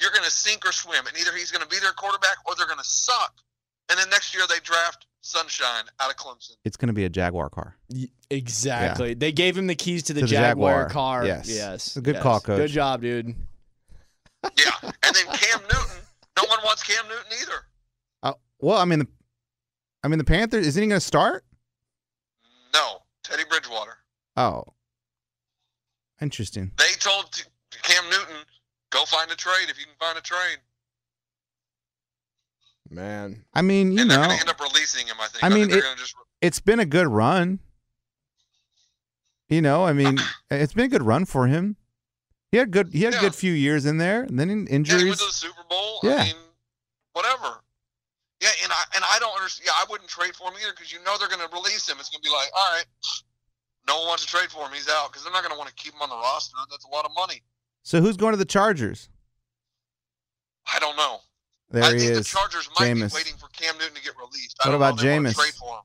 C: you're going to sink or swim, and either he's going to be their quarterback or they're going to suck. And then next year they draft Sunshine out of Clemson.
B: It's going to be a Jaguar car.
D: Y- Exactly. They gave him the keys to the,
B: To the
D: Jaguar,
B: Jaguar.
D: car.
B: Yes.
D: Yes.
B: It's a good
D: yes.
B: call, coach.
D: Good job, dude.
C: Yeah, and then Cam Newton. No one wants Cam Newton either.
B: Uh, well, I mean, the, I mean the Panthers. Isn't he going to start?
C: No, Teddy Bridgewater.
B: Oh, interesting.
C: They told t- Cam Newton, "Go find a trade if you can find a trade,"
D: Man.
B: I mean, you
C: and they're
B: know,
C: going to end up releasing him. I think.
B: I
C: I, think
B: mean,
C: they're
B: it-
C: going to just.
B: it's been a good run. You know, I mean, it's been a good run for him. He had good. He had a
C: Yeah.
B: good few years in there, and then in
C: Yeah, he went
B: injuries.
C: to the Super Bowl.
B: Yeah.
C: I mean, whatever. Yeah, and I and I don't understand. Yeah, I wouldn't trade for him either because you know they're going to release him. It's going to be like, all right, no one wants to trade for him. He's out because they're not going to want to keep him on the roster. That's a lot of money.
B: So who's going to the Chargers?
C: I don't know.
B: There
C: I
B: he
C: think
B: is.
C: the Chargers might
B: Jameis.
C: be waiting for Cam Newton to get released.
B: What
C: I don't
B: about
C: know if they wanna
B: Jameis?
C: Trade for him.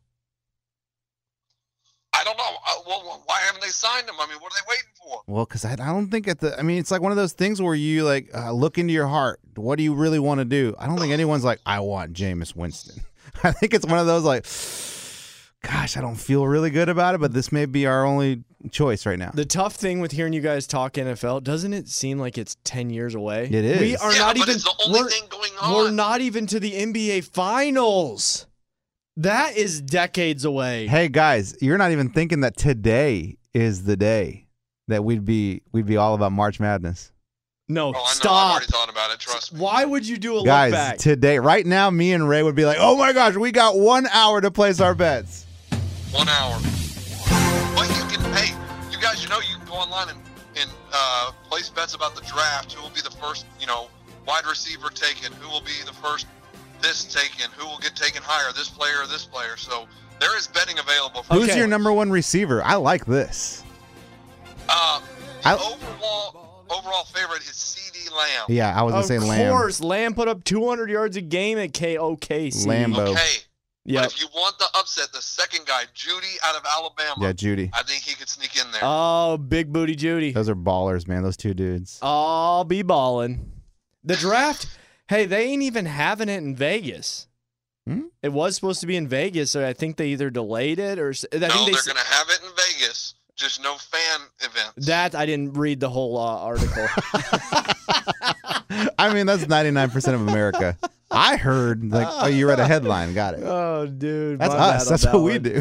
C: I don't know. I, well, why haven't they signed him? I mean, what are they waiting for?
B: Well, because I, I don't think at the. I mean, it's like one of those things where you like uh, look into your heart. What do you really want to do? I don't think anyone's like, I want Jameis Winston. I think it's one of those like, gosh, I don't feel really good about it, but this may be our only choice right now.
D: The tough thing with hearing you guys talk NFL, doesn't it seem like it's 10 years away?
B: It is.
D: We are
C: Yeah,
D: not
C: but
D: even
C: it's the only
D: we're,
C: thing going
D: we're
C: on.
D: not even to the NBA finals. That is decades away.
B: hey guys, you're not even thinking that today is the day that we'd be we'd be all about March Madness,
D: no,
C: Oh, I know. I've
D: stop.
C: already thought about it. Trust me.
D: Why would you do a
B: guys.
D: look back?
B: Today, right now, me and Ray would be like, oh my gosh, we got one hour to place our bets.
C: One hour. But you can, hey, you guys, you know, you can go online and, and uh, place bets about the draft. Who will be the first, you know, wide receiver taken? Who will be the first this taken? Who will get taken higher? This player or this player? So there is betting available for
B: Who's
D: Okay.
B: your number one receiver? I like this.
C: Uh, the
B: I-
C: overall, overall favorite is CD Lamb.
B: Yeah, I was gonna
D: of
B: say Lamb.
D: course, Lamb put up 200 yards a game at KOKC.
B: Lamb. Lambo.
C: Okay.
D: Yep.
C: But if you want the upset, the second guy, Judy out of Alabama,
B: Yeah, Judy.
C: I think he could sneak in there.
D: Oh, big booty Judy.
B: Those are ballers, man. Those two
D: Oh.
B: dudes.
D: I'll be balling. The draft, hey, they ain't even having it in Vegas.
B: Hmm?
D: It was supposed to be in Vegas, so I think they either delayed it or s- I
C: no,
D: think they.
C: they're
D: s-
C: going to have it in Vegas, just no fan events.
D: that I didn't read the whole uh, article.
B: I mean, that's ninety nine percent of America. I heard like, oh, you read a headline, got it.
D: oh, dude,
B: That's
D: my bad
B: us.
D: on
B: That's
D: that
B: what we
D: one.
B: do.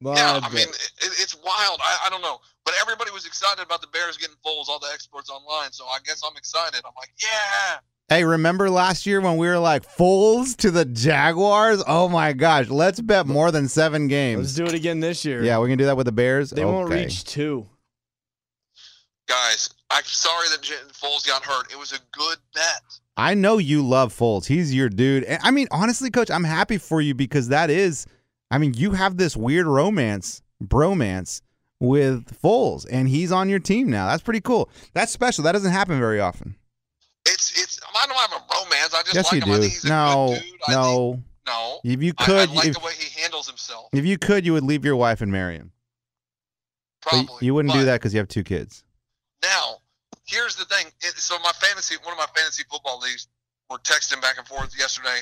D: My
C: Yeah, I
D: bad.
C: mean, it, it's wild. I, I don't know. But everybody was excited about the Bears getting Foles, all the experts online. So I guess I'm excited. I'm like, yeah.
B: Hey, remember last year when we were like fools to the Jaguars? Oh my gosh, let's bet more than seven
D: let's
B: games.
D: do it again this year.
B: Yeah, we can do that with the Bears.
D: they won't
B: Okay.
D: reach two.
C: Guys, I'm sorry that J- Foles got hurt. It was a good bet.
B: I know you love Foles. He's your dude. And I mean, honestly, coach, I'm happy for you because that is, I mean, you have this weird romance, bromance with Foles, and he's on your team now. That's pretty cool. That's special. That doesn't happen very often.
C: It's, it's, I don't have a romance. I just
B: yes,
C: like
B: you
C: him. I
B: do.
C: think he's a
B: No,
C: good dude. I think,
B: no.
C: no.
B: If you
C: I-
B: could,
C: I, like
B: if,
C: the way he handles himself.
B: if you could, you would leave your wife and marry him. But
C: Probably.
B: you wouldn't do
C: But-
B: that because you have two kids.
C: Now, here's the thing. It, so my fantasy, one of my fantasy football leagues, were texting back and forth yesterday,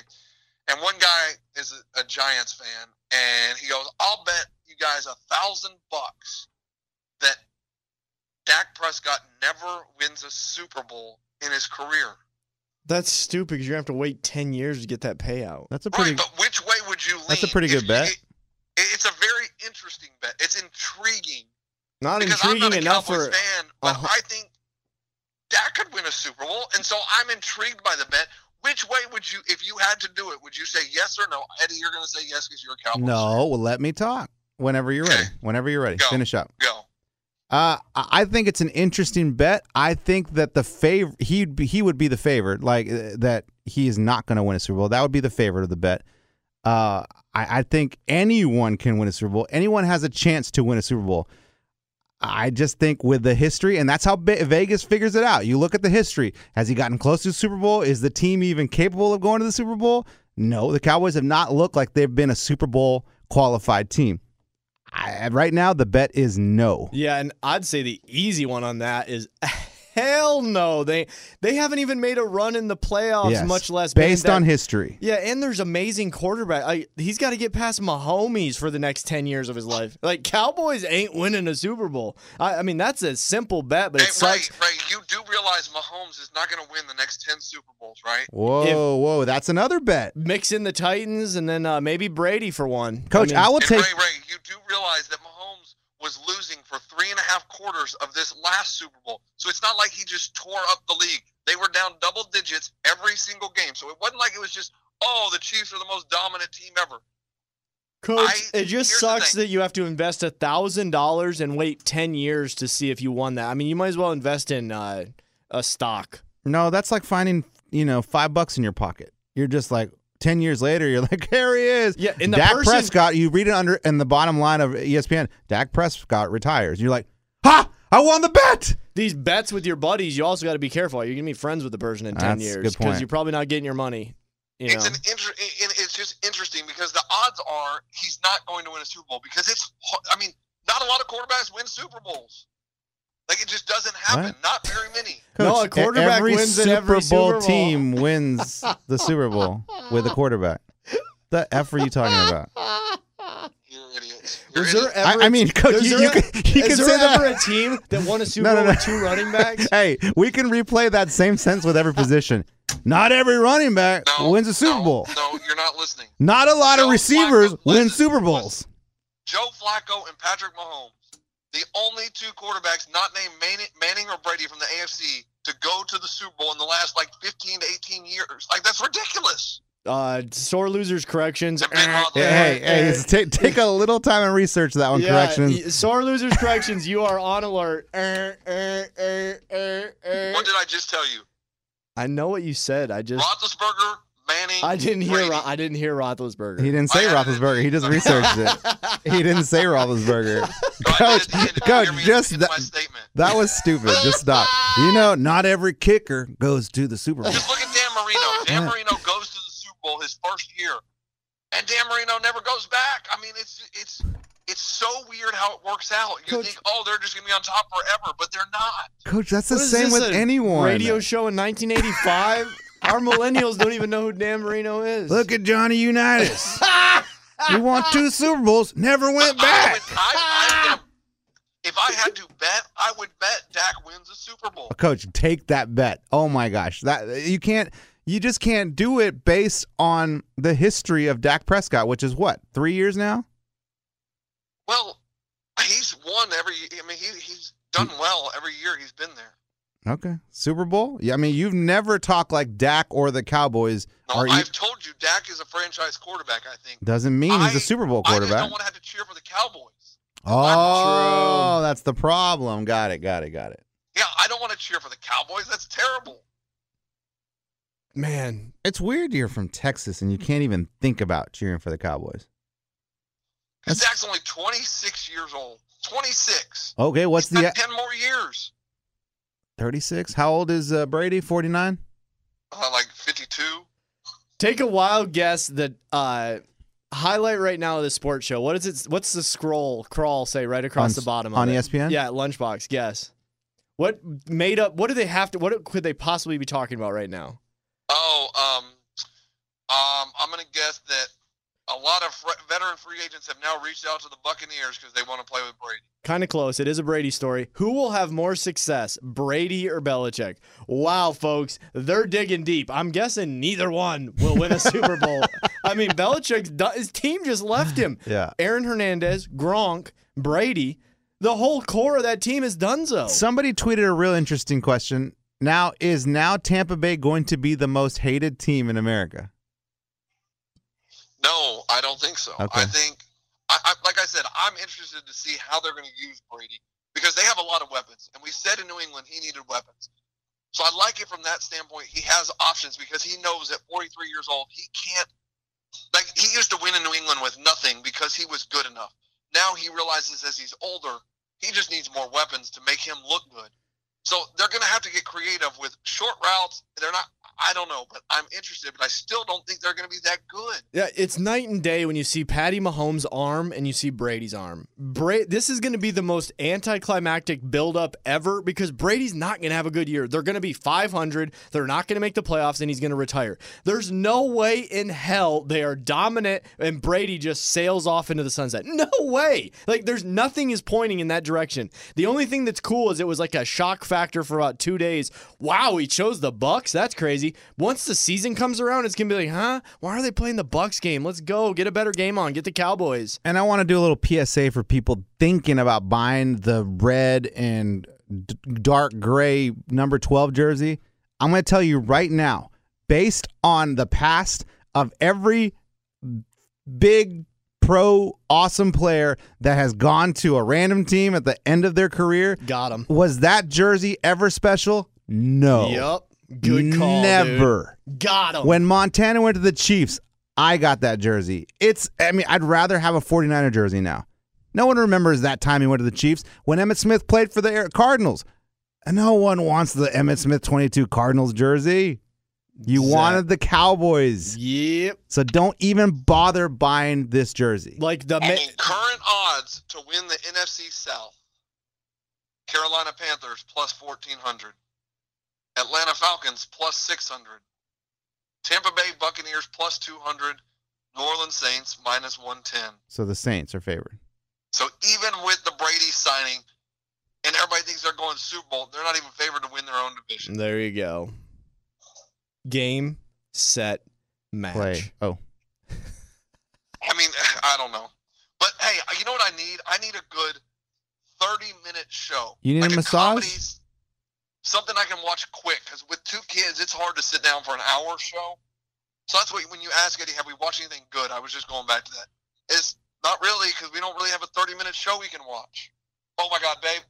C: and one guy is a, a Giants fan, and he goes, "I'll bet you guys a thousand bucks that Dak Prescott never wins a Super Bowl in his career."
D: That's stupid because you're gonna have to wait ten years to get that payout.
B: That's a pretty.
C: right, but which way would you lean?
B: That's a pretty
C: If
B: good
C: you-
B: bet.
C: It, it's a very interesting bet. It's intriguing.
D: Not
C: because
D: intriguing
C: I'm not a
D: enough
C: Cowboys
D: for.
C: fan, but
D: Uh-huh.
C: I think that could win a Super Bowl, and so I'm intrigued by the bet. Which way would you, if you had to do it, would you say yes or no? Eddie, you're going to say yes because you're a Cowboys.
B: No, well, let me talk whenever you're ready. Whenever you're ready,
C: Go.
B: finish up.
C: fan. Go.
B: Uh, I I think it's an interesting bet. I think that the favor he'd be, he would be the favorite, like uh, that he is not going to win a Super Bowl. That would be the favorite of the bet. Uh, I, I think anyone can win a Super Bowl. Anyone has a chance to win a Super Bowl. I just think with the history, and that's how Be- Vegas figures it out. You look at the history. Has he gotten close to the Super Bowl? Is the team even capable of going to the Super Bowl? No, the Cowboys have not looked like they've been a Super Bowl qualified team. I, right now, the bet is no.
D: Yeah, and I'd say the easy one on that is hell no. They they haven't even made a run in the playoffs,
B: Yes.
D: much less been
B: based
D: that-
B: on history.
D: Yeah, and there's amazing quarterback. I, he's got to get past Mahomes for the next ten years of his life. Like Cowboys ain't winning a Super Bowl. I, I mean, that's a simple bet, but it
C: Hey, Ray,
D: sucks.
C: Ray, you do realize Mahomes is not going to win the next 10 Super Bowls, right?
B: Whoa,
D: If-
B: whoa, that's another bet,
D: Mix in the Titans and then uh, maybe Brady for one.
B: Coach. I,
D: mean,
B: will
C: and
B: take.
C: Ray, Ray, you do realize that Mahomes was losing for three and a half quarters of this last Super Bowl. So it's not like he just tore up the league. They were down double digits every single game. So it wasn't like it was just, oh, the Chiefs are the most dominant team ever.
D: Coach,
C: I-
D: it
C: here's
D: just
C: the
D: sucks
C: thing.
D: that you have to invest a thousand dollars and wait ten years to see if you won that. I mean, you might as well invest in uh, a stock.
B: No, that's like finding you know five bucks in your pocket. You're just like ten years later, you're like, here he is.
D: Yeah, and the
B: Dak
D: person-
B: Prescott. You read it under in the bottom line of E ESPN. Dak Prescott retires. You're like, ha! I won the bet.
D: These bets with your buddies, you also got to be careful. You're gonna be friends with the person in ten
B: That's a
D: years
B: good point.
D: because you're probably not getting your money. You know,
C: It's an inter- and it's just interesting because the odds are he's not going to win a Super Bowl because it's har- I mean not a lot of quarterbacks win Super Bowls. Like it just doesn't happen. Not very many.
D: No, a
B: e-
D: quarterback
B: every
D: wins in
B: Super
D: every
B: Bowl
D: Super Bowl.
B: team wins the Super Bowl with a quarterback. The f are you talking about?
C: You're idiots. You're
D: was there
C: idiots.
D: ever?
B: I- I mean, Coach,
D: is
B: you-
D: there
B: you
D: a-
B: can- you
D: is
B: can
D: there
B: say that.
D: ever a team that won a Super
B: No, no,
D: Bowl
B: no.
D: with two running backs?
B: Hey, we can replay that same sentence with every position. Not every running back
C: No,
B: wins a Super
C: no,
B: Bowl.
C: No, you're not listening.
B: Not a lot of
C: No,
B: receivers
C: Flacco,
B: win
C: listen,
B: Super Bowls.
C: Joe Flacco and Patrick Mahomes, the only two quarterbacks not named Manning, Manning or Brady from the AFC to go to the Super Bowl in the last like 15 to 18 years. Like that's ridiculous.
D: Uh, sore losers corrections. eh.
C: And Ben Roethlisberger.
B: Hey, hey, hey take, take a little time and research that one.
D: Yeah,
B: corrections.
D: y- sore losers corrections. You are on alert. Er, er, er, er, er.
C: What did I just tell you?
D: I know what you said. I just
C: Roethlisberger, Manning.
D: I didn't hear
C: Brady.
D: Ro- I didn't hear Roethlisberger.
B: He didn't say
C: I added it.
B: Roethlisberger. He just researched it. He didn't say Roethlisberger. Coach, coach, just
C: that. My
B: that,
C: statement.
B: that was stupid. Just stop. You know, not every kicker goes to the Super Bowl.
C: Just look at Dan Marino. Dan Marino goes to the Super Bowl his first year, and Dan Marino never goes back. I mean, it's it's it's so weird how it works out. You
D: Coach-
C: think, oh, they're just gonna be on top forever, but they're not.
B: Coach, that's the
D: What is
B: same
D: this,
B: with
D: a
B: anyone.
D: Radio show in 1985. Our millennials don't even know who Dan Marino is.
B: Look at Johnny Unitas. he won two Super Bowls, never went
C: I
B: back.
C: would, I, I'm gonna, if I had to bet, I would bet Dak wins the Super Bowl.
B: Coach, take that bet. Oh my gosh, that you can't, you just can't do it based on the history of Dak Prescott, which is what three years now.
C: Well, he's won every. I mean, he, he's done well every year he's been there.
B: Okay, Super Bowl. Yeah, I mean, you've never talked like Dak or the Cowboys
C: No,
B: are. e-
C: I've told you, Dak is a franchise quarterback. I think.
B: doesn't mean he's
C: I-
B: a Super Bowl
C: I just
B: quarterback.
C: don't want to have to cheer for the Cowboys.
B: oh, that's the problem. Got it. Got it. Got it.
C: Yeah, I don't want to cheer for the Cowboys. That's terrible.
D: Man,
B: It's weird you're from Texas and you can't even think about cheering for the Cowboys. That's-
C: Dak's only 26 years old. 26.
B: Okay, what's
C: He's
B: the
C: got 10 more years.
B: 36? How old is uh, Brady? 49?
C: Uh, like 52.
D: take a wild guess. The uh, highlight right now of the sports show. What is it? What's the scroll crawl say right across
B: On-
D: the bottom
B: on
D: of it?
B: ESPN?
D: Yeah, lunchbox. Guess what made up? What do they have to? What could they possibly be talking about right now?
C: Oh, um, um, I'm going to guess that a lot of fr- veteran free agents have now reached out to the Buccaneers because they want to play with Brady.
D: Kind of close. It is a Brady story. Who will have more success, Brady or Belichick? Wow, folks, they're digging deep. I'm guessing neither one will win a Super Bowl. I mean, Belichick's done, his team just left him.
B: Yeah.
D: Aaron Hernandez, Gronk, Brady, the whole core of that team is done so.
B: Somebody tweeted a real interesting question. Now, is now Tampa Bay going to be the most hated team in America?
C: No, I don't think so.
B: Okay.
C: I think, I, I, like I said, I'm interested to see how they're going to use Brady because they have a lot of weapons. And we said in New England he needed weapons. So I like it from that standpoint. He has options because he knows at 43 years old, he can't. Like, he used to win in New England with nothing because he was good enough. Now he realizes as he's older, he just needs more weapons to make him look good. So they're going to have to get creative with short routes. They're not, I don't know, but I'm interested, but I still don't think they're going to be that good.
D: Yeah, it's night and day when you see Patty Mahomes' arm and you see Brady's arm. Bra- this is going to be the most anticlimactic buildup ever because Brady's not going to have a good year. They're going to be 500. They're not going to make the playoffs, and he's going to retire. There's no way in hell they are dominant and Brady just sails off into the sunset. No way. Like, there's nothing is pointing in that direction. The only thing that's cool is it was like a shock factor for about two days. Wow, he chose the Bucks. That's crazy. Once the season comes around, it's gonna be like, huh? Why are they playing the Bucks game? Let's go get a better game on. Get the Cowboys.
B: And I want to do a little PSA for people thinking about buying the red and d- dark gray number 12 jersey. I'm going to tell you right now, based on the past of every big pro awesome player that has gone to a random team at the end of their career,
D: Got him.
B: was that jersey ever special? No.
D: Yep. Good call. Oh.
B: Never.
D: dude. Got him.
B: When Montana went to the Chiefs, I got that jersey. It's, I mean, I'd rather have a 49er jersey now. No one remembers that time he went to the Chiefs. When Emmett Smith played for the Air- Cardinals, no one wants the Emmett Smith 22 Cardinals jersey. You
D: Zach.
B: wanted the Cowboys.
D: Yep.
B: So don't even bother buying this jersey.
D: Like the
C: I
D: ma-
C: mean, current odds to win the NFC South Carolina Panthers plus 1,400, Atlanta Falcons plus 600, Tampa Bay Buccaneers plus 200, New Orleans Saints minus 110.
B: So the Saints are favored.
C: So even with the Brady signing, and everybody thinks they're going Super Bowl, they're not even favored to win their own division.
D: There you go. Game, set, match.
B: Play. Oh,
C: I mean, I don't know. But hey, you know what I need? I need a good 30 minute show.
B: You need a massage?
C: comedy, something I can watch quick. Because with two kids, it's hard to sit down for an hour show. So that's what, when you ask Eddie, have we watched anything good? I was just going back to that. It's not really, because we don't really have a 30 minute show we can watch. Oh my God, babe.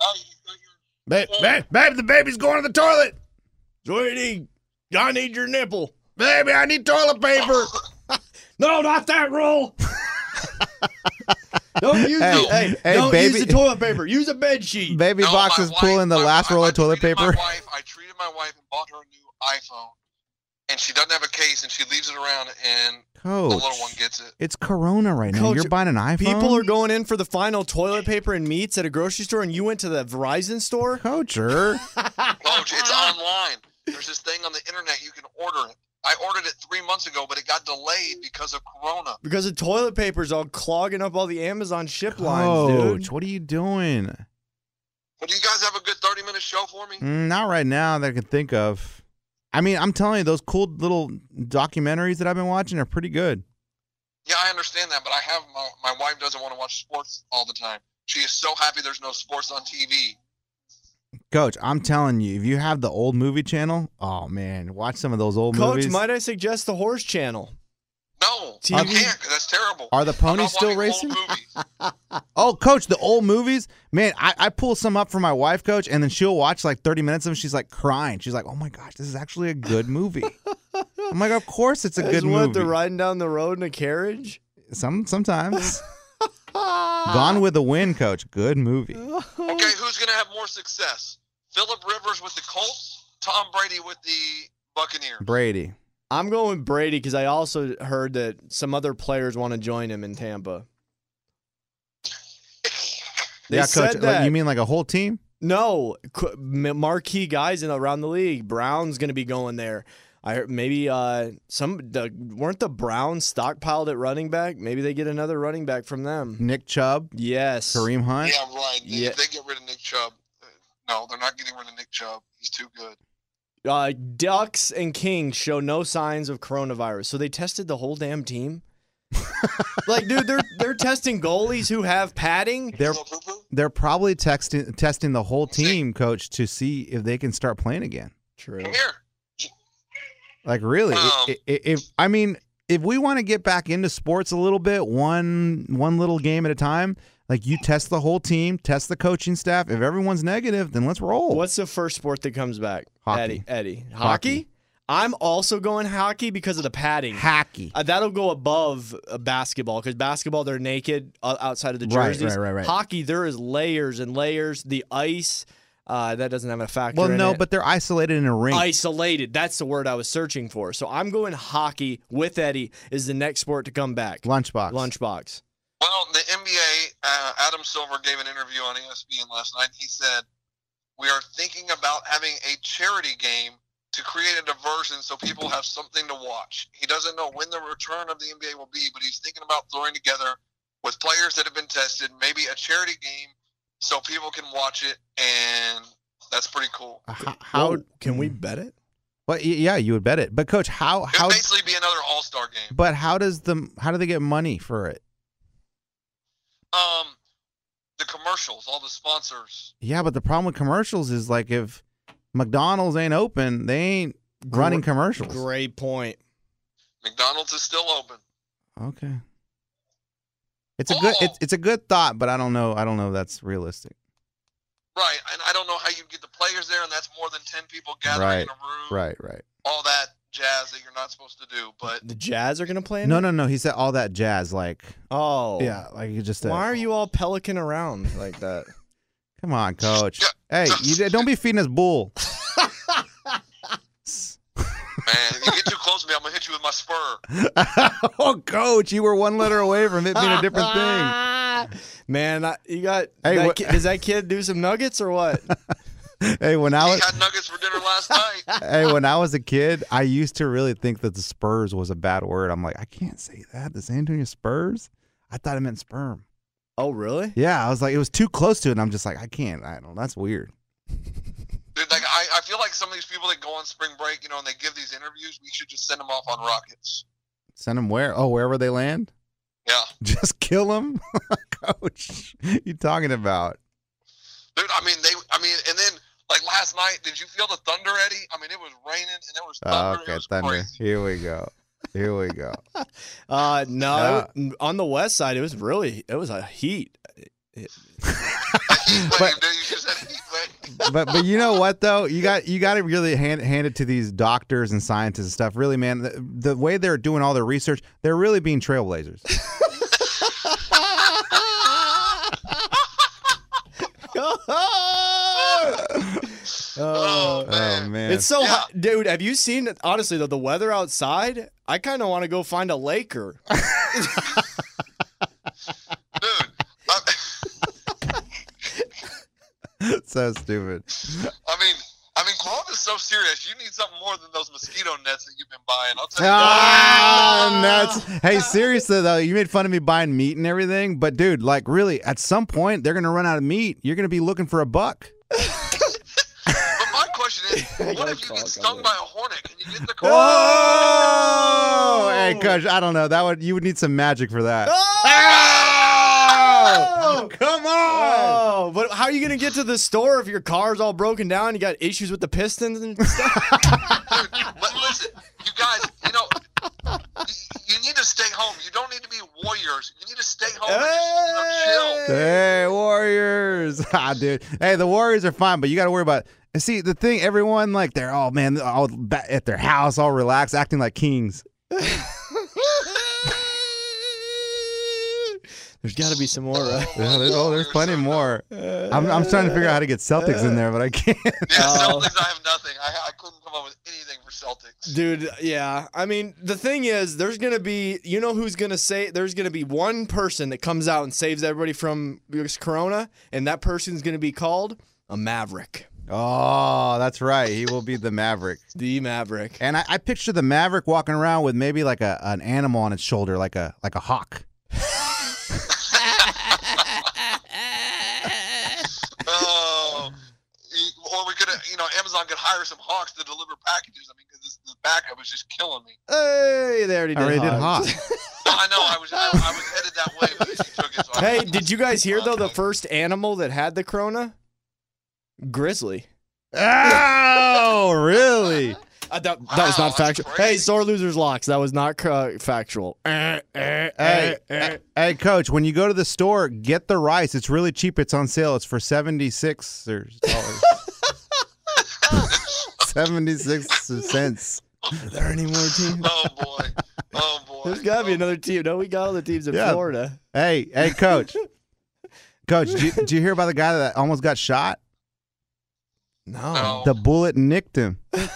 C: Oh, you- you-
D: Babe, babe, babe, the baby's going to the toilet. Sweetie, I need your nipple. Baby, I need toilet paper. no, not that roll. don't use
B: Hey,
D: the, hey,
B: hey,
D: don't
B: baby-
D: use the toilet paper. Use a bed sheet.
B: baby
C: No,
B: box
C: my
B: is
C: wife-
B: pulling the
C: my-
B: last
C: I-
B: roll
C: I
B: of toilet
C: treated my
B: paper.
C: wife- I treated my wife and bought her a new iPhone, and she doesn't have a case, and she leaves it around, and
B: Oh,
C: the little one
B: Coach,
C: gets it.
B: it's Corona right now.
D: Coach,
B: You're buying an iPhone.
D: People are going in for the final toilet paper and meats at a grocery store, and you went to the Verizon store.
B: Coacher.
C: Oh, it's online. There's this thing on the internet you can order it. I ordered it three months ago, but it got delayed because of Corona.
D: Because the toilet paper's all clogging up all the Amazon ship lines,
B: Coach,
D: dude.
B: what are you doing?
C: But do you guys have a good 30 minute show for me?
B: Mm, not right now that I can think of. I mean, I'm telling you, those cool little documentaries that I've been watching are pretty good.
C: Yeah, I understand that, but I have my, my wife doesn't want to watch sports all the time. She is so happy there's no sports on TV.
B: Coach, I'm telling you, if you have the old movie channel, oh man, watch some of those old
D: Coach,
B: movies.
D: might I suggest the horse channel?
C: No, I
D: TV?
C: can't. That's terrible.
B: Are the
C: I'm not
B: ponies still
C: watching old
B: racing?
C: movies.
B: oh, coach, the old movies, man, I, I pull some up for my wife, coach, and then she'll watch like 30 minutes of them. She's like crying. She's like, oh my gosh, this is actually a good movie. I'm like, of course it's a
D: Guys,
B: good
D: what,
B: movie.
D: They're riding down the road in a carriage.
B: some sometimes. Gone with the Wind, coach, good movie.
C: Okay, who's going to have more success? Philip Rivers with the Colts, Tom Brady with the Buccaneers.
B: Brady.
D: I'm going with Brady because I also heard that some other players want to join him in Tampa. They
B: yeah,
D: said
B: coach. like,
D: that.
B: you mean like a whole team?
D: No, qu- ma- marquee guys in around the league. Brown's going to be going there. I heard maybe uh, some the weren't the Browns stockpiled at running back. Maybe they get another running back from them.
B: Nick Chubb,
D: Yes,
B: Kareem Hunt.
C: Yeah, right. They,
D: Yeah.
C: they get rid of Nick Chubb. Uh, No, they're not getting rid of Nick Chubb. He's too good.
D: Uh, Ducks and Kings show no signs of coronavirus, so they tested the whole damn team. like, dude, they're they're testing goalies who have padding.
B: They're
C: Little poo-poo?
B: they're probably texting testing the whole team, coach, to see if they can start playing again.
D: True.
C: Come here.
B: Like really,
C: Um,
B: I- I- if I mean, if we want to get back into sports a little bit, one one little game at a time, Like you test the whole team, test the coaching staff. If everyone's negative, then let's roll.
D: Oh. What's the first sport that comes back?
B: Hockey.
D: Eddie. Eddie. Hockey?
B: Hockey.
D: I'm also going hockey because of the padding.
B: Hockey.
D: Uh, that'll go above uh, basketball because basketball they're naked uh, outside of the
B: Right,
D: jerseys.
B: right, right, right.
D: Hockey there is layers and layers. The ice uh, that doesn't have a factor.
B: Well,
D: in
B: no,
D: it.
B: but they're isolated in a ring.
D: isolated. That's the word I was searching for. So I'm going hockey with Eddie is the next sport to come back.
B: Lunchbox.
D: Lunchbox.
C: Well, the NBA, uh, Adam Silver gave an interview on E ESPN last night. He said, We are thinking about having a charity game to create a diversion so people have something to watch. He doesn't know when the return of the NBA will be, but he's thinking about throwing together with players that have been tested, maybe a charity game so people can watch it, and that's pretty cool.
B: H- How? Hmm.
D: can we bet it?
B: Well, y- yeah, you would bet it. But coach, how?
C: It
B: How?
C: would basically be another All Star game.
B: But how does the? How do they get money for it?
C: Um, the commercials, all the sponsors.
B: Yeah, but the problem with commercials is like if McDonald's ain't open, they ain't running
D: Gr-
B: commercials.
D: Great point.
C: McDonald's is still open.
B: Okay. It's a
D: Oh.
B: good. It's, it's a good thought, but I don't know. I don't know if that's realistic.
C: Right, and I don't know how you get the players there, and that's more than ten people gathering in a room.
B: Right. Right.
C: All that jazz that you're not supposed to do, but
D: The Jazz are going to play. in
B: No.
D: it?
B: No. No. He said all that jazz. Like.
D: Oh.
B: Yeah. Like you just.
D: Why are you all pelican around like that?
B: Come on, coach. Hey, you, d- don't be feeding us bull.
C: man, if you get too close to me, I'm gonna hit you with my spur.
B: oh, coach, you were one letter away from it being a different thing.
D: Man, I, you got.
B: Hey,
D: that
B: what-
D: ki- does that kid do some nuggets or what?
B: Hey, when I
C: He
B: was
C: had nuggets for dinner last night.
B: hey, when I was a kid, I used to really think that the Spurs was a bad word. I'm like, I can't say that. The San Antonio Spurs. I thought it meant sperm.
D: oh, really?
B: Yeah, I was like, it was too close to it. And I'm just like, I can't. I don't. That's weird.
C: Dude, like I, I feel like some of these people that go on spring break, you know, and they give these interviews, we should just send them off on rockets.
B: Send them where? Oh, wherever they land.
C: Yeah,
B: Just kill them, coach. You talking about?
C: dude. I mean, they. I mean, and then like last night, did you feel the thunder, Eddie? I mean, it was raining and there was
B: Oh,
C: thunder. it
B: okay,
C: was
B: thunder.
C: crazy.
B: Here we go. Here we go.
D: Uh, no. it was- on the west side, it was really. It was a heat.
C: A heat wave, dude. You just had a heat wave.
B: but but you know what though you got you got to really hand hand it to these doctors and scientists and stuff really man the, the way they're doing all their research they're really being trailblazers
C: Oh, man.
B: oh man
D: It's so
C: Yeah.
D: hot, dude. Have you seen? Honestly, though, the weather outside, I kind of want to go find a Laker.
C: dude. I-
B: so stupid
C: I mean, I mean, Guam is so serious. You need something more than those mosquito nets that you've been buying. I'll tell you.
B: Ah, nuts. Hey, seriously though, you made fun of me buying meat and everything, but dude, like really, at some point they're gonna run out of meat. You're gonna be looking for a buck.
C: that. But my question is, what if you get stung by a hornet? Can you get the corona?
B: Ah. Oh, hey, coach, I don't know. That would you would need some magic for that. Oh, come on.
D: Oh, but how are you gonna get to the store if your car's all broken down? You got issues with the pistons and stuff.
C: Dude, but listen, you guys, you know, y- you need to stay home. You don't need to be warriors. You need to stay home and just you know, chill.
B: Hey, Warriors. Ah, dude. Hey, the Warriors are fine, but you got to worry about. And see, the thing, everyone, like, they're all, man, all ba- at their house, all relaxed, acting like kings.
D: There's got to be some more. Right?
B: Yeah, there's, oh, there's plenty more. I'm, I'm trying to figure out how to get Celtics in there, but I can't.
C: Yeah,
B: Uh,
D: Oh.
C: Celtics, I have nothing. I, I couldn't come up with anything for Celtics.
D: Dude, yeah. I mean, the thing is, there's gonna be, you know, who's gonna say? There's gonna be one person that comes out and saves everybody from this corona, and that person's gonna be called a maverick,
B: Oh, that's right. He will be the Maverick.
D: the maverick.
B: And I, I picture the Maverick walking around with maybe like a an animal on its shoulder, like a like a hawk.
C: Oh. y- Or we could, have you know, Amazon could hire some hawks to deliver packages. I mean, because this, this backup is just killing me.
D: Hey, they already
B: I already did hawk.
C: No, I know. I was, I, I was headed that way, but she took it. So I-
D: Hey, did you guys hear though the first animal that had the corona? Grizzly.
B: oh, really?
D: Uh, that, that was
C: Wow,
D: not
C: that's
D: factual. Hey,
C: crazy.
D: sore losers locks. That was not uh, factual.
B: Hey, hey, hey, coach, when you go to the store, get the rice. It's really cheap. It's on sale. It's for 76 or dollars. 76 cents.
D: Are there any more teams?
C: Oh boy. Oh boy.
D: There's got to be another team. No, we got all the teams in
B: Yeah.
D: Florida.
B: Hey, hey, coach. coach, did you, did you hear about the guy that almost got shot?
C: Oh,
D: No.
B: The bullet nicked him.
C: They're,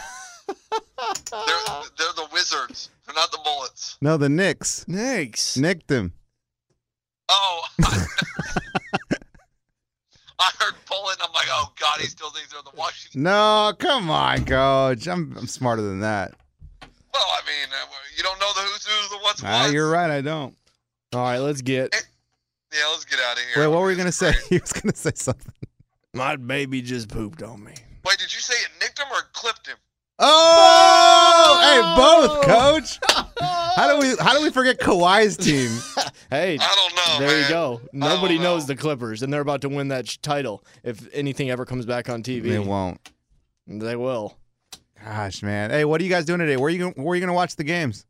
C: they're the wizards. They're not the bullets.
B: No, the Knicks
D: Next.
B: nicked him.
C: Oh. I heard bullet. I'm like, oh god, he still thinks they're the Washington.
B: No, come on, coach. I'm, I'm smarter than that.
C: Well, I mean, uh, you don't know the who's who's the what's
B: Ah,
C: what.
B: you're right. I don't.
D: All right, let's get.
C: Yeah, let's get out of here.
B: Wait, what were you
C: This
B: going to
C: is
B: say?
C: great.
B: He was going to say something.
D: My baby just pooped on me.
C: Wait, did you say it nicked him or it clipped him?
B: Oh, hey, both, coach. How do we how do we forget Kawhi's team?
D: Hey,
C: I don't know.
D: there you
C: man.
D: go. Nobody
C: know.
D: knows the Clippers, and they're about to win that sh- title if anything ever comes back on TV.
B: they won't.
D: They will.
B: Gosh, man. Hey, what are you guys doing today? Where are you gonna, where are you going to watch the games?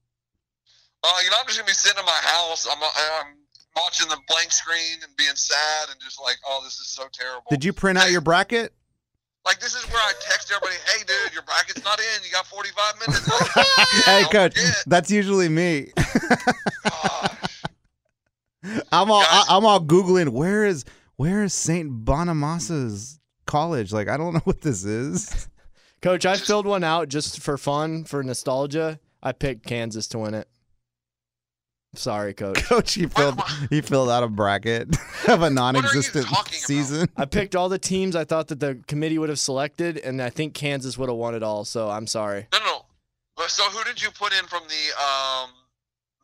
C: Uh, you know, I'm just gonna be sitting in my house. I'm, uh, I'm watching the blank screen and being sad and just like, oh, this is so terrible.
B: Did you print out your bracket?
C: Like, this is where I text everybody, hey, dude, your bracket's not in. You got 45 minutes.
B: hey,
C: Don't
B: coach.
C: forget. Uh,
B: That's usually me.
C: Gosh.
B: I'm all I,
C: Guys.
B: I'm all googling where is where is Saint Bonamassa's college? Like I don't know what this is.
D: Coach, I filled one out just for fun, for nostalgia. I picked Kansas to win it. Sorry, coach.
B: Coach, he filled he filled out a bracket of a non-existent
C: talking about?
B: season.
D: I picked all the teams I thought that the committee would have selected, and I think Kansas would have won it all. So I'm sorry.
C: No, no, no. But So, who did you put in from the um,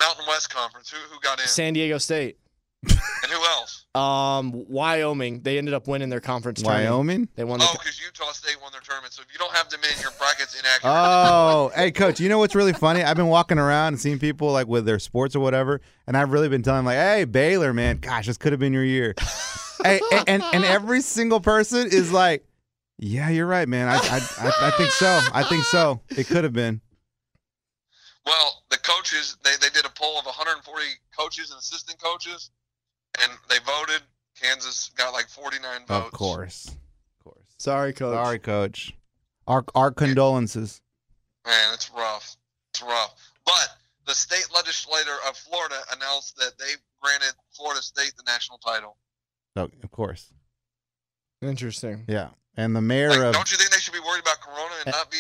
C: Mountain West Conference? Who, who got in?
D: San Diego State,
C: And who else?
D: um, Wyoming. They ended up winning their conference. tournament.
B: Wyoming.
D: They won. The
C: Oh, because Utah State won their tournament. So, if you don't have them in, your bracket's inaccurate.
B: Oh, hey, coach, you know what's really funny? I've been walking around and seeing people like with their sports or whatever, and I've really been telling them, like, hey, Baylor, man, gosh, this could have been your year. hey, and, and, and every single person is like, yeah, you're right, man. I, I, I, I think so. I think so. It could have been.
C: Well, the coaches they, they did a poll of 140 coaches and assistant coaches, and they voted. Kansas got like 49 votes.
B: Of course. Of course.
D: sorry, coach.
B: Sorry, coach. Our, our condolences.
C: Man, it's rough. It's rough. But the state legislator of Florida announced that they granted Florida State the national title.
B: Oh, of course.
D: Interesting.
B: Yeah. And the mayor
C: Like,
B: of
C: don't you think they should be worried about Corona and not be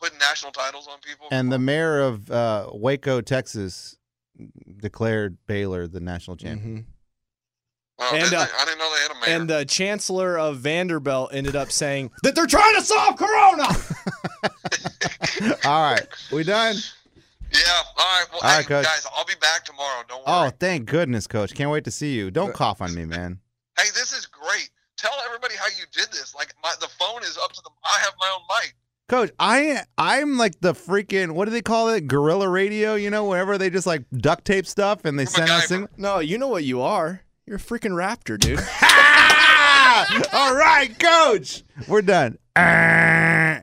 C: putting national titles on people?
B: and the mayor of uh, Waco, Texas, declared Baylor the national champion.
D: Mhm.
C: Wow,
D: and,
C: did they?
D: uh,
C: I didn't know they had a mayor.
D: And the chancellor of Vanderbilt ended up saying that they're trying to solve Corona.
C: Mhm.
B: All right, we done.
C: yeah. All right.
B: All
C: Well,
B: right,
C: hey,
B: coach.
C: guys, I'll be back tomorrow. Don't worry.
B: Oh, thank goodness, Coach. Can't wait to see you. Don't cough on me, man.
C: hey, this is great. Tell everybody how you did this. Like my the phone is up to the. I have my own mic.
B: Coach, I I'm like the freaking what do they call it? Gorilla radio, you know, whenever they just like duct tape stuff and they send out
C: MacGyver.
B: sing.
D: no, you know what you are. You're a freaking raptor, dude.
B: Ah! All right, Coach, we're done. Ah.